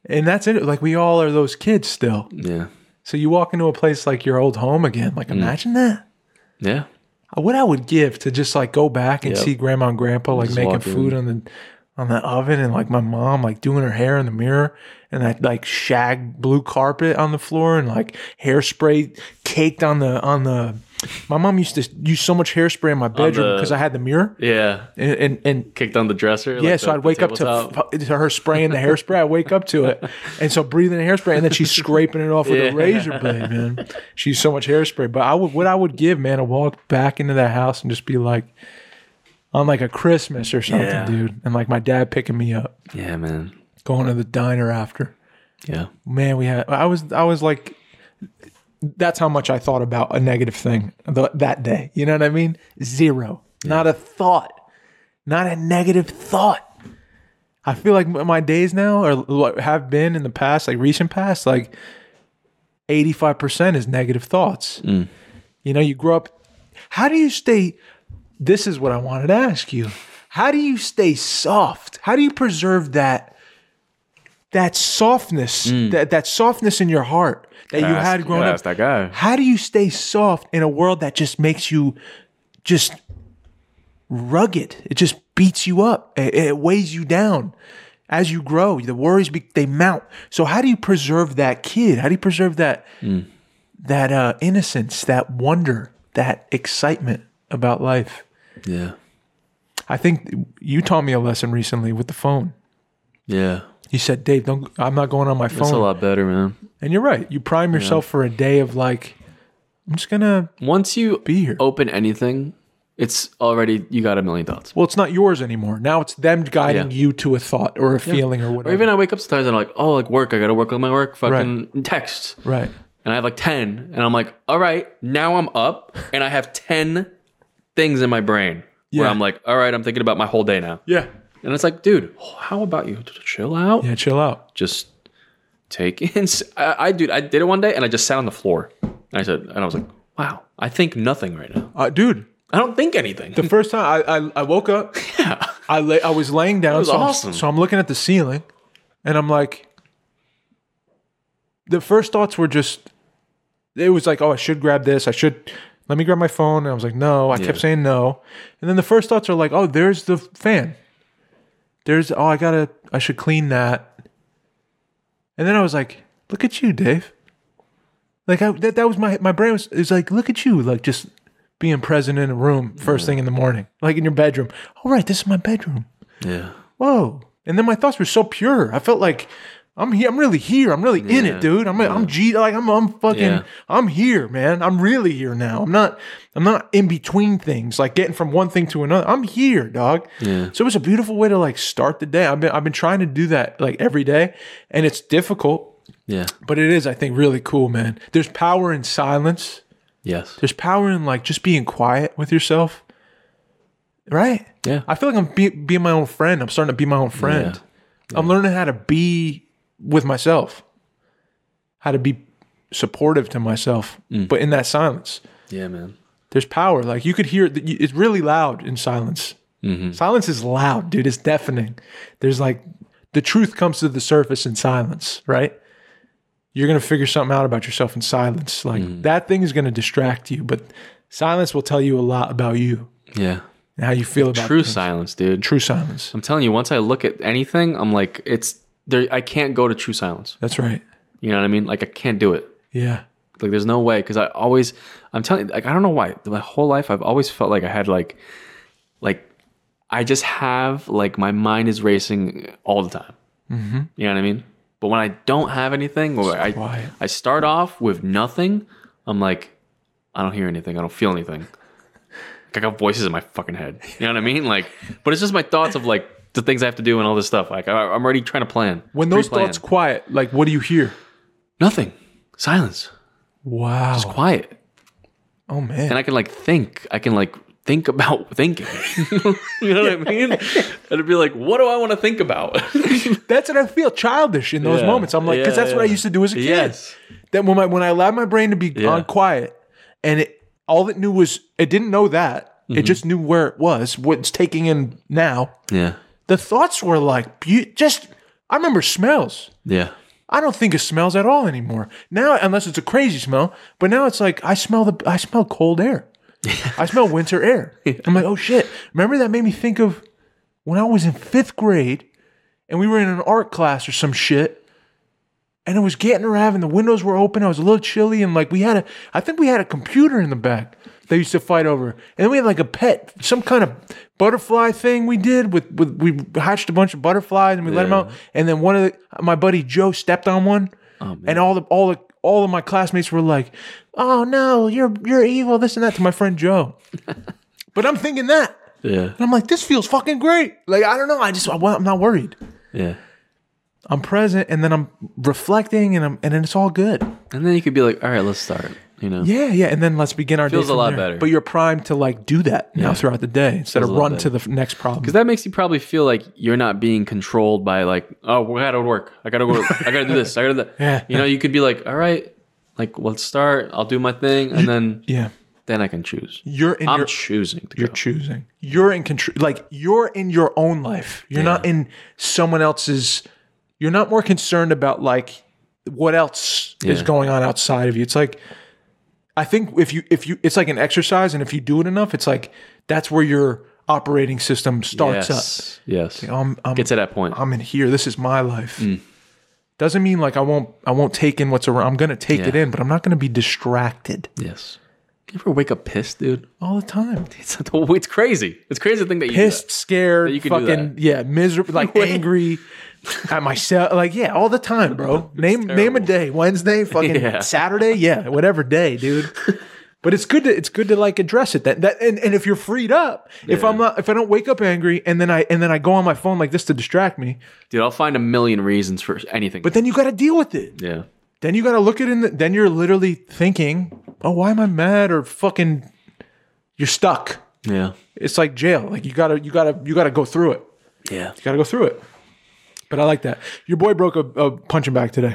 [SPEAKER 1] And that's it. Like we all are those kids still.
[SPEAKER 2] yeah,
[SPEAKER 1] So you walk into a place like your old home again.
[SPEAKER 2] Mm.
[SPEAKER 1] Like imagine that.
[SPEAKER 2] yeah.
[SPEAKER 1] What I would give to just like go back and
[SPEAKER 2] Yep.
[SPEAKER 1] see grandma and grandpa like
[SPEAKER 2] Just
[SPEAKER 1] making
[SPEAKER 2] walk in.
[SPEAKER 1] food on the on the oven and like my mom like doing her hair in the mirror and that like shag blue carpet on the floor and like hairspray caked on the on the my mom used to use so much hairspray in my bedroom
[SPEAKER 2] the-
[SPEAKER 1] because I had the mirror
[SPEAKER 2] Yeah,
[SPEAKER 1] and and, and
[SPEAKER 2] kicked on the dresser. like
[SPEAKER 1] yeah,
[SPEAKER 2] the-
[SPEAKER 1] so I'd
[SPEAKER 2] the
[SPEAKER 1] wake up to,
[SPEAKER 2] tabletop.
[SPEAKER 1] f- to her spraying the hairspray. I wake up to it, and so breathing the hairspray, and then she's scraping it off with
[SPEAKER 2] Yeah.
[SPEAKER 1] a razor blade. Man, she's so much hairspray. But I would, what I would give, man, a walk back into that house and just be like, on like a Christmas or something,
[SPEAKER 2] Yeah.
[SPEAKER 1] dude, and like my dad picking me up,
[SPEAKER 2] yeah, man.
[SPEAKER 1] going to the diner after.
[SPEAKER 2] Yeah,
[SPEAKER 1] Man, we had. I was, I was like. That's how much I thought about a negative thing th- that day. You know what I mean? Zero. Not a thought. Not a negative thought. I feel like m- my days now or what have been in the past, like recent past, like 85% is negative thoughts. You know, you grow up. How do you stay? This is what I wanted to ask you. How do you stay soft? How do you preserve that that softness, that that softness in your heart that you had growing up?
[SPEAKER 2] that guy.
[SPEAKER 1] How do you stay soft in a world that just makes you just rugged? It just beats you up. It, it weighs you down as you grow. The worries be, they mount. So how do you preserve that kid? How do you preserve that
[SPEAKER 2] Mm.
[SPEAKER 1] that uh, innocence, that wonder, that excitement about life?
[SPEAKER 2] Yeah,
[SPEAKER 1] I think you taught me a lesson recently with the phone.
[SPEAKER 2] yeah.
[SPEAKER 1] You said, "Dave, don't. I'm not going on my
[SPEAKER 2] That's a
[SPEAKER 1] phone."
[SPEAKER 2] lot better, man.
[SPEAKER 1] And you're right. You prime yourself for a day of like, I'm just gonna
[SPEAKER 2] Once you
[SPEAKER 1] be here.
[SPEAKER 2] open anything, it's already you got a million thoughts.
[SPEAKER 1] Well, it's not yours anymore. Now it's them guiding
[SPEAKER 2] Yeah.
[SPEAKER 1] you to a thought or a feeling or
[SPEAKER 2] Or
[SPEAKER 1] whatever.
[SPEAKER 2] even I wake up sometimes and I'm like, oh, like work, I gotta work on my work, fucking text.
[SPEAKER 1] right.
[SPEAKER 2] And I have like 10. And I'm like, all right, now I'm up and I have 10 things in my brain where
[SPEAKER 1] Yeah.
[SPEAKER 2] I'm like, all right, I'm thinking about my whole day now.
[SPEAKER 1] Yeah.
[SPEAKER 2] And it's like, dude, how about you chill out?
[SPEAKER 1] Yeah. Chill out.
[SPEAKER 2] Just take in. I, I, dude, I did it one day and I just sat on the floor. And I said, and I was like, Wow. I think nothing right now.
[SPEAKER 1] Uh, dude,
[SPEAKER 2] I don't think anything.
[SPEAKER 1] the first time I, I, I woke up,
[SPEAKER 2] yeah.
[SPEAKER 1] I lay, I was laying down.
[SPEAKER 2] was
[SPEAKER 1] so,
[SPEAKER 2] awesome.
[SPEAKER 1] I'm, so I'm looking at the ceiling, and I'm like, the first thoughts were just, it was like, oh, I should grab this. I should. Let me grab my phone. And I was like, no. I kept
[SPEAKER 2] Yeah.
[SPEAKER 1] saying no, and then the first thoughts are like, oh, there's the fan. There's oh, I gotta, I should clean that. And then I was like, look at you, Dave. Like I, that, that was my my brain was is like, look at you, like just being present in a room first thing in the morning, like in your bedroom. All right, this is my bedroom
[SPEAKER 2] Yeah.
[SPEAKER 1] whoa. And then my thoughts were so pure. I felt like I'm here. I'm really here. I'm really in
[SPEAKER 2] Yeah,
[SPEAKER 1] it, dude. I'm I'm G like I'm I'm fucking
[SPEAKER 2] Yeah.
[SPEAKER 1] I'm here, man. I'm really here now. I'm not I'm not in between things, like getting from one thing to another. I'm here, dog.
[SPEAKER 2] Yeah.
[SPEAKER 1] So it was a beautiful way to like start the day. I've been I've been trying to do that like every day, and it's difficult,
[SPEAKER 2] Yeah.
[SPEAKER 1] but it is I think really cool, man. There's power in silence.
[SPEAKER 2] Yes.
[SPEAKER 1] There's power in like just being quiet with yourself, right?
[SPEAKER 2] Yeah.
[SPEAKER 1] I feel like I'm be, being my own friend. I'm starting to be my own friend.
[SPEAKER 2] Yeah.
[SPEAKER 1] I'm learning how to be with myself, how to be supportive to myself,
[SPEAKER 2] Mm.
[SPEAKER 1] but in that silence,
[SPEAKER 2] Yeah, man.
[SPEAKER 1] there's power. Like you could hear it, it's really loud in silence.
[SPEAKER 2] Mm-hmm.
[SPEAKER 1] Silence is loud, dude. It's deafening. There's like the truth comes to the surface in silence, right? You're going to figure something out about yourself in silence. Like
[SPEAKER 2] Mm.
[SPEAKER 1] that thing is going to distract you, but silence will tell you a lot about you
[SPEAKER 2] Yeah.
[SPEAKER 1] and how you feel about
[SPEAKER 2] True
[SPEAKER 1] things.
[SPEAKER 2] silence, dude.
[SPEAKER 1] True silence.
[SPEAKER 2] I'm telling you, once I look at anything, I'm like, it's there. I can't go to true silence.
[SPEAKER 1] That's right.
[SPEAKER 2] You know what I mean? Like, I can't do it.
[SPEAKER 1] Yeah.
[SPEAKER 2] Like, there's no way. Cause I always, I'm telling you, like, I don't know why. My whole life, I've always felt like I had, like, like, I just have, like, my mind is racing all the time.
[SPEAKER 1] Mm-hmm.
[SPEAKER 2] You know what I mean? But when I don't have anything, or I,
[SPEAKER 1] quiet.
[SPEAKER 2] I start off with nothing, I'm like, I don't hear anything. I don't feel anything. I got voices in my fucking head. You know what I mean? Like, but it's just my thoughts of like the things I have to do and all this stuff. Like, I, I'm already trying to plan.
[SPEAKER 1] When those
[SPEAKER 2] pre-plan.
[SPEAKER 1] thoughts quiet, like what do you hear?
[SPEAKER 2] nothing, silence,
[SPEAKER 1] Wow.
[SPEAKER 2] it's quiet,
[SPEAKER 1] oh man.
[SPEAKER 2] and I can like think. I can like think about thinking. you know what I mean? And it'd be like, what do I want to think about?
[SPEAKER 1] That's what I feel childish in those
[SPEAKER 2] Yeah.
[SPEAKER 1] moments. I'm like, because
[SPEAKER 2] Yeah,
[SPEAKER 1] that's what I
[SPEAKER 2] yeah.
[SPEAKER 1] used to do as a kid.
[SPEAKER 2] Yes.
[SPEAKER 1] That when my when I allowed my brain to be on quiet, and it all it knew was it didn't know that
[SPEAKER 2] Mm-hmm.
[SPEAKER 1] it just knew where it was, what's taking in now.
[SPEAKER 2] yeah,
[SPEAKER 1] The thoughts were like, be- just I remember smells.
[SPEAKER 2] yeah,
[SPEAKER 1] I don't think of smells at all anymore now, unless it's a crazy smell. But now it's like I smell the I smell cold air. I smell winter air. I'm like, oh shit! Remember that made me think of when I was in fifth grade, and we were in an art class or some shit, and it was getting around, and the windows were open. I was a little chilly, and like we had a, I think we had a computer in the back. They used to fight over, and then we had like a pet, some kind of butterfly thing we did with, with we hatched a bunch of butterflies and we let 'em let them out, and then one of the, my buddy Joe stepped on one, and all the all the all of my classmates were like, "Oh no, you're you're evil," this and that to my friend Joe, but I'm thinking that.
[SPEAKER 2] yeah,
[SPEAKER 1] And I'm like, this feels fucking great. Like, I don't know. I just, I, am not worried.
[SPEAKER 2] yeah.
[SPEAKER 1] I'm present and then I'm reflecting and I'm, and then it's all good.
[SPEAKER 2] And then you could be like, all right, let's start. You know?
[SPEAKER 1] Yeah. Yeah. And then let's begin our
[SPEAKER 2] Feels
[SPEAKER 1] day.
[SPEAKER 2] a
[SPEAKER 1] from
[SPEAKER 2] lot
[SPEAKER 1] there.
[SPEAKER 2] better.
[SPEAKER 1] But you're primed to like do that now throughout the day instead
[SPEAKER 2] a
[SPEAKER 1] of
[SPEAKER 2] lot
[SPEAKER 1] run to the f- next problem.
[SPEAKER 2] Because that makes you probably feel like you're not being controlled by like, oh, we gotta work. I gotta go. I gotta do this. I gotta. do that.
[SPEAKER 1] Yeah.
[SPEAKER 2] You know, you could be like, all right, like let's start. I'll do my thing, and then
[SPEAKER 1] Yeah.
[SPEAKER 2] then I can choose.
[SPEAKER 1] You're in
[SPEAKER 2] I'm
[SPEAKER 1] your,
[SPEAKER 2] choosing to
[SPEAKER 1] you're
[SPEAKER 2] go.
[SPEAKER 1] choosing. You're in control. Like you're in your own life. You're not in someone else's. You're not more concerned about like what else is
[SPEAKER 2] Yeah.
[SPEAKER 1] going on outside of you. It's like I think if you if you it's like an exercise, and if you do it enough, it's like that's where your operating system starts
[SPEAKER 2] Yes. Yes.
[SPEAKER 1] up. I'm I'm,
[SPEAKER 2] Get to that point.
[SPEAKER 1] I'm in here. This is my life.
[SPEAKER 2] Mm.
[SPEAKER 1] Doesn't mean like I won't I won't take in what's around. I'm gonna take it
[SPEAKER 2] Yeah.
[SPEAKER 1] in, but I'm not gonna be distracted
[SPEAKER 2] yes. You ever wake up pissed, dude?
[SPEAKER 1] all the time.
[SPEAKER 2] It's it's crazy. It's crazy to think that you do that.
[SPEAKER 1] pissed, scared,
[SPEAKER 2] you could do
[SPEAKER 1] fucking yeah, miserable, like angry at myself, like yeah, all the time, bro. Name name a
[SPEAKER 2] terrible.
[SPEAKER 1] day, Wednesday, fucking
[SPEAKER 2] Yeah.
[SPEAKER 1] Saturday, yeah, whatever day, dude. But it's good to it's good to like address it. That that and, and if you're freed up, if I'm not if I don't wake up angry and then I and then I go on my phone like this to distract me,
[SPEAKER 2] dude. I'll find a million reasons for anything.
[SPEAKER 1] but then you got to deal with it.
[SPEAKER 2] yeah.
[SPEAKER 1] Then you got to look at it in the, then you're literally thinking, "Oh, why am I mad or fucking you're stuck."
[SPEAKER 2] Yeah.
[SPEAKER 1] It's like jail. Like you got to you got to you got to go through it.
[SPEAKER 2] Yeah.
[SPEAKER 1] Got to go through it. But I like that. Your boy broke a, a punching bag today.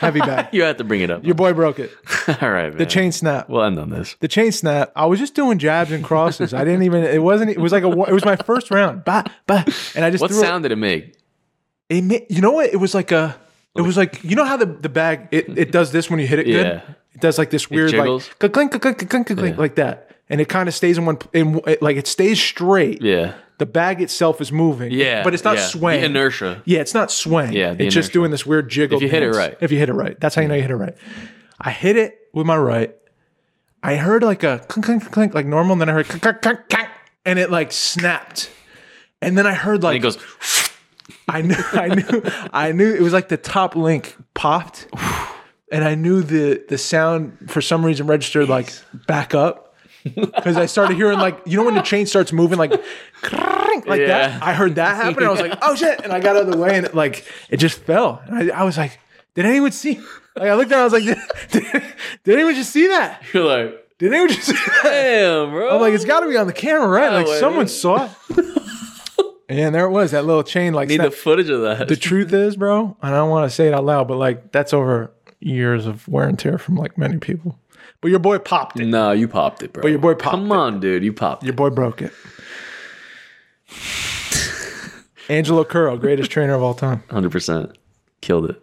[SPEAKER 1] Heavy bag.
[SPEAKER 2] You have to bring it up.
[SPEAKER 1] Your boy broke it.
[SPEAKER 2] All right, man.
[SPEAKER 1] The chain snap.
[SPEAKER 2] We'll end on this.
[SPEAKER 1] the chain snap. I was just doing jabs and crosses. I didn't even. It wasn't. It was like a. It was my first round. Bah, bah. And I just.
[SPEAKER 2] What
[SPEAKER 1] threw it-
[SPEAKER 2] sound did it make?
[SPEAKER 1] It, ma- you know what? It was like a. It was like you know how the, the bag it, it does this when you hit it
[SPEAKER 2] Yeah.
[SPEAKER 1] good. It does like this weird
[SPEAKER 2] jiggles.
[SPEAKER 1] like clink clink clink clink clink like that, and it kind of stays in one pl- in it, like it stays straight.
[SPEAKER 2] Yeah.
[SPEAKER 1] The bag itself is moving.
[SPEAKER 2] Yeah.
[SPEAKER 1] but it's not
[SPEAKER 2] yeah.
[SPEAKER 1] swaying.
[SPEAKER 2] The inertia.
[SPEAKER 1] Yeah, it's not swaying.
[SPEAKER 2] Yeah, the
[SPEAKER 1] it's just
[SPEAKER 2] inertia.
[SPEAKER 1] doing this weird jiggle.
[SPEAKER 2] If you hit it
[SPEAKER 1] dance.
[SPEAKER 2] right.
[SPEAKER 1] If you hit it right, that's how you know you hit it right. I hit it with my right. I heard like a clink clink clink like normal, and then I heard clink clink clink, clink and it like snapped. And then I heard
[SPEAKER 2] It
[SPEAKER 1] like
[SPEAKER 2] goes.
[SPEAKER 1] I knew I knew I knew it was like the top link popped. And I knew the the sound for some reason registered like back up. Because I started hearing like you know when the chain starts moving like crrrrink, like
[SPEAKER 2] Yeah.
[SPEAKER 1] that. I heard that happen. And I was like, oh shit. And I got out of the way and it like it just fell. And I, I was like, did anyone see? Like I looked down, I was like, did, did, did anyone just see that?
[SPEAKER 2] You're like,
[SPEAKER 1] Did anyone just see that?
[SPEAKER 2] damn, bro.
[SPEAKER 1] I'm like, it's gotta be on the camera, right? Like
[SPEAKER 2] wait,
[SPEAKER 1] someone
[SPEAKER 2] wait.
[SPEAKER 1] saw it. and there it was, that little chain like
[SPEAKER 2] need
[SPEAKER 1] snapped
[SPEAKER 2] the footage of that.
[SPEAKER 1] the truth is, bro, and I don't want to say it out loud, but like that's over years of wear and tear from like many people. But your boy popped it.
[SPEAKER 2] no, you popped it, bro. But
[SPEAKER 1] your boy popped
[SPEAKER 2] Come on, dude. You popped.
[SPEAKER 1] Your boy broke it. Angelo Curl, greatest trainer of all time.
[SPEAKER 2] Hundred percent. Killed it.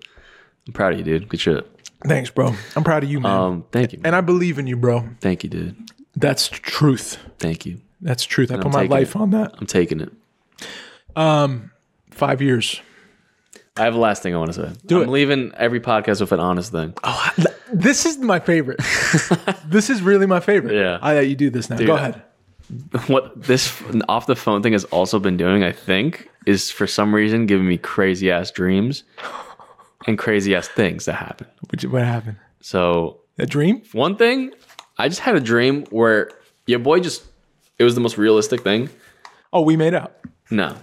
[SPEAKER 2] I'm proud of you, dude. Good shit.
[SPEAKER 1] Thanks, bro. I'm proud of you, man.
[SPEAKER 2] Um, thank you. man.
[SPEAKER 1] and I believe in you, bro.
[SPEAKER 2] Thank you, dude.
[SPEAKER 1] That's truth.
[SPEAKER 2] Thank you.
[SPEAKER 1] That's truth. I put
[SPEAKER 2] I'm
[SPEAKER 1] my
[SPEAKER 2] taking
[SPEAKER 1] life on that.
[SPEAKER 2] I'm taking it.
[SPEAKER 1] Five years.
[SPEAKER 2] I have a last thing I want to say. Do I'm
[SPEAKER 1] it.
[SPEAKER 2] leaving every podcast with an honest thing.
[SPEAKER 1] Oh, I- this is my favorite. this is really my favorite.
[SPEAKER 2] Yeah.
[SPEAKER 1] I let you do this now. Go ahead.
[SPEAKER 2] What this off the phone thing has also been doing, I think, is for some reason giving me crazy ass dreams and crazy ass things that happen.
[SPEAKER 1] What, what happened?
[SPEAKER 2] So
[SPEAKER 1] A dream?
[SPEAKER 2] One thing, I just had a dream where your boy just it was the most realistic thing.
[SPEAKER 1] Oh, we made out.
[SPEAKER 2] No.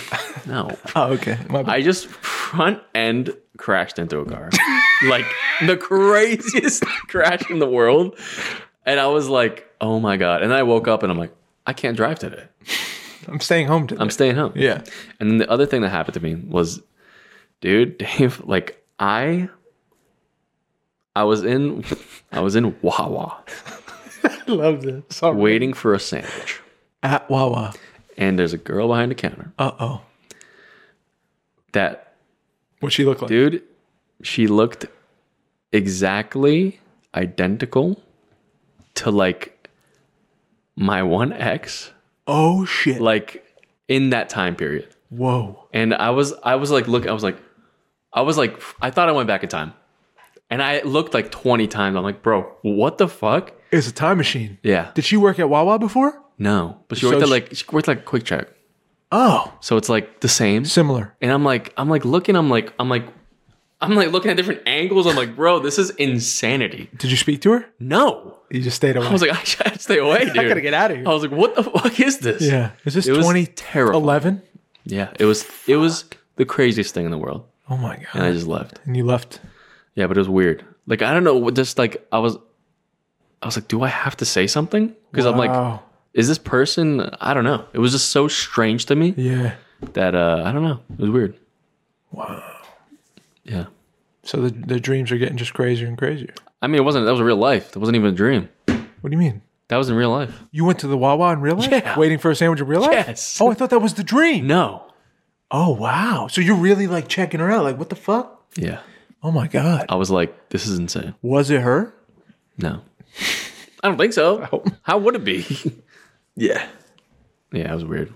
[SPEAKER 2] no.
[SPEAKER 1] Oh, okay. My bad.
[SPEAKER 2] I just front end crashed into a car. like the craziest crash in the world. And I was like, "Oh my god." And I woke up and I'm like, "I can't drive today.
[SPEAKER 1] I'm staying home today.
[SPEAKER 2] I'm staying home."
[SPEAKER 1] yeah.
[SPEAKER 2] And then the other thing that happened to me was, dude, Dave, like I, I was in, I was in Wawa
[SPEAKER 1] Love this. Sorry.
[SPEAKER 2] waiting for a sandwich,
[SPEAKER 1] At Wawa.
[SPEAKER 2] and there's a girl behind the counter
[SPEAKER 1] Uh oh.
[SPEAKER 2] that,
[SPEAKER 1] What she look like?
[SPEAKER 2] dude, she looked exactly identical to like my one ex,
[SPEAKER 1] Oh shit.
[SPEAKER 2] like in that time period.
[SPEAKER 1] Whoa.
[SPEAKER 2] and I was I was like look I was like I was like I thought I went back in time, and I looked like twenty times. I'm like, bro, what the fuck?
[SPEAKER 1] It's a time machine.
[SPEAKER 2] Yeah,
[SPEAKER 1] Did she work at Wawa before?
[SPEAKER 2] no, but she
[SPEAKER 1] So
[SPEAKER 2] worked at
[SPEAKER 1] she-
[SPEAKER 2] like she worked like Quick Check,
[SPEAKER 1] Oh,
[SPEAKER 2] so it's like the same.
[SPEAKER 1] similar.
[SPEAKER 2] And I'm like I'm like looking. I'm like I'm like I'm like looking at different angles. I'm like, bro, this is insanity.
[SPEAKER 1] Did you speak to her?
[SPEAKER 2] No,
[SPEAKER 1] You just stayed away.
[SPEAKER 2] I was like, I gotta stay away, dude. I
[SPEAKER 1] gotta get outta here.
[SPEAKER 2] I was like, what the fuck is this?
[SPEAKER 1] yeah. Is this
[SPEAKER 2] It was
[SPEAKER 1] 2011?
[SPEAKER 2] terrible. Yeah, it was it was the craziest thing in the world,
[SPEAKER 1] Oh my god.
[SPEAKER 2] and I just left.
[SPEAKER 1] And you left.
[SPEAKER 2] Yeah, but it was weird. Like I don't know, what- just like I was, I was like, do I have to say something? Because I'm like,
[SPEAKER 1] Wow.
[SPEAKER 2] is this person? I don't know. It was just so strange to me
[SPEAKER 1] Yeah.
[SPEAKER 2] that uh, I don't know. It was weird.
[SPEAKER 1] Wow.
[SPEAKER 2] Yeah,
[SPEAKER 1] So the, the dreams are getting just crazier and crazier.
[SPEAKER 2] I mean, it wasn't. That was real life. That wasn't even a dream.
[SPEAKER 1] What do you mean?
[SPEAKER 2] That was in real life.
[SPEAKER 1] You went to the Wawa in real life?
[SPEAKER 2] Yeah.
[SPEAKER 1] Waiting for a sandwich in real life?
[SPEAKER 2] Yes.
[SPEAKER 1] Oh, I thought that was the dream.
[SPEAKER 2] No.
[SPEAKER 1] Oh wow. So you're really like checking her out. Like what the fuck?
[SPEAKER 2] Yeah,
[SPEAKER 1] Oh my god.
[SPEAKER 2] I was like, this is insane.
[SPEAKER 1] Was it her?
[SPEAKER 2] No, I don't think so.
[SPEAKER 1] hope-
[SPEAKER 2] How would it be?
[SPEAKER 1] Yeah.
[SPEAKER 2] yeah, it was weird.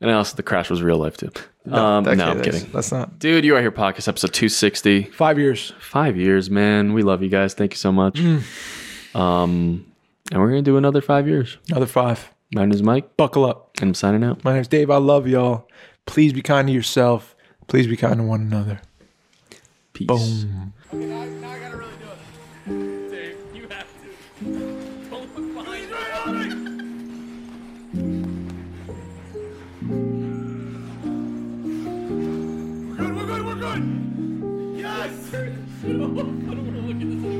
[SPEAKER 2] And also, the crash was real life too. um, no, I'm kidding.
[SPEAKER 1] That's not.
[SPEAKER 2] Dude, you are here podcast episode 260.
[SPEAKER 1] Five years.
[SPEAKER 2] five years, man. We love you guys. Thank you so much. Um, and we're gonna do another five years.
[SPEAKER 1] Another five.
[SPEAKER 2] My name is Mike,
[SPEAKER 1] Buckle up.
[SPEAKER 2] and I'm signing out.
[SPEAKER 1] My name's Dave. I love y'all. Please be kind to yourself. Please be kind to one another.
[SPEAKER 2] Peace.
[SPEAKER 3] Dave, you have to. Don't look behind you. We're good, we're good, we're good! Yes! I don't want to look at this anymore.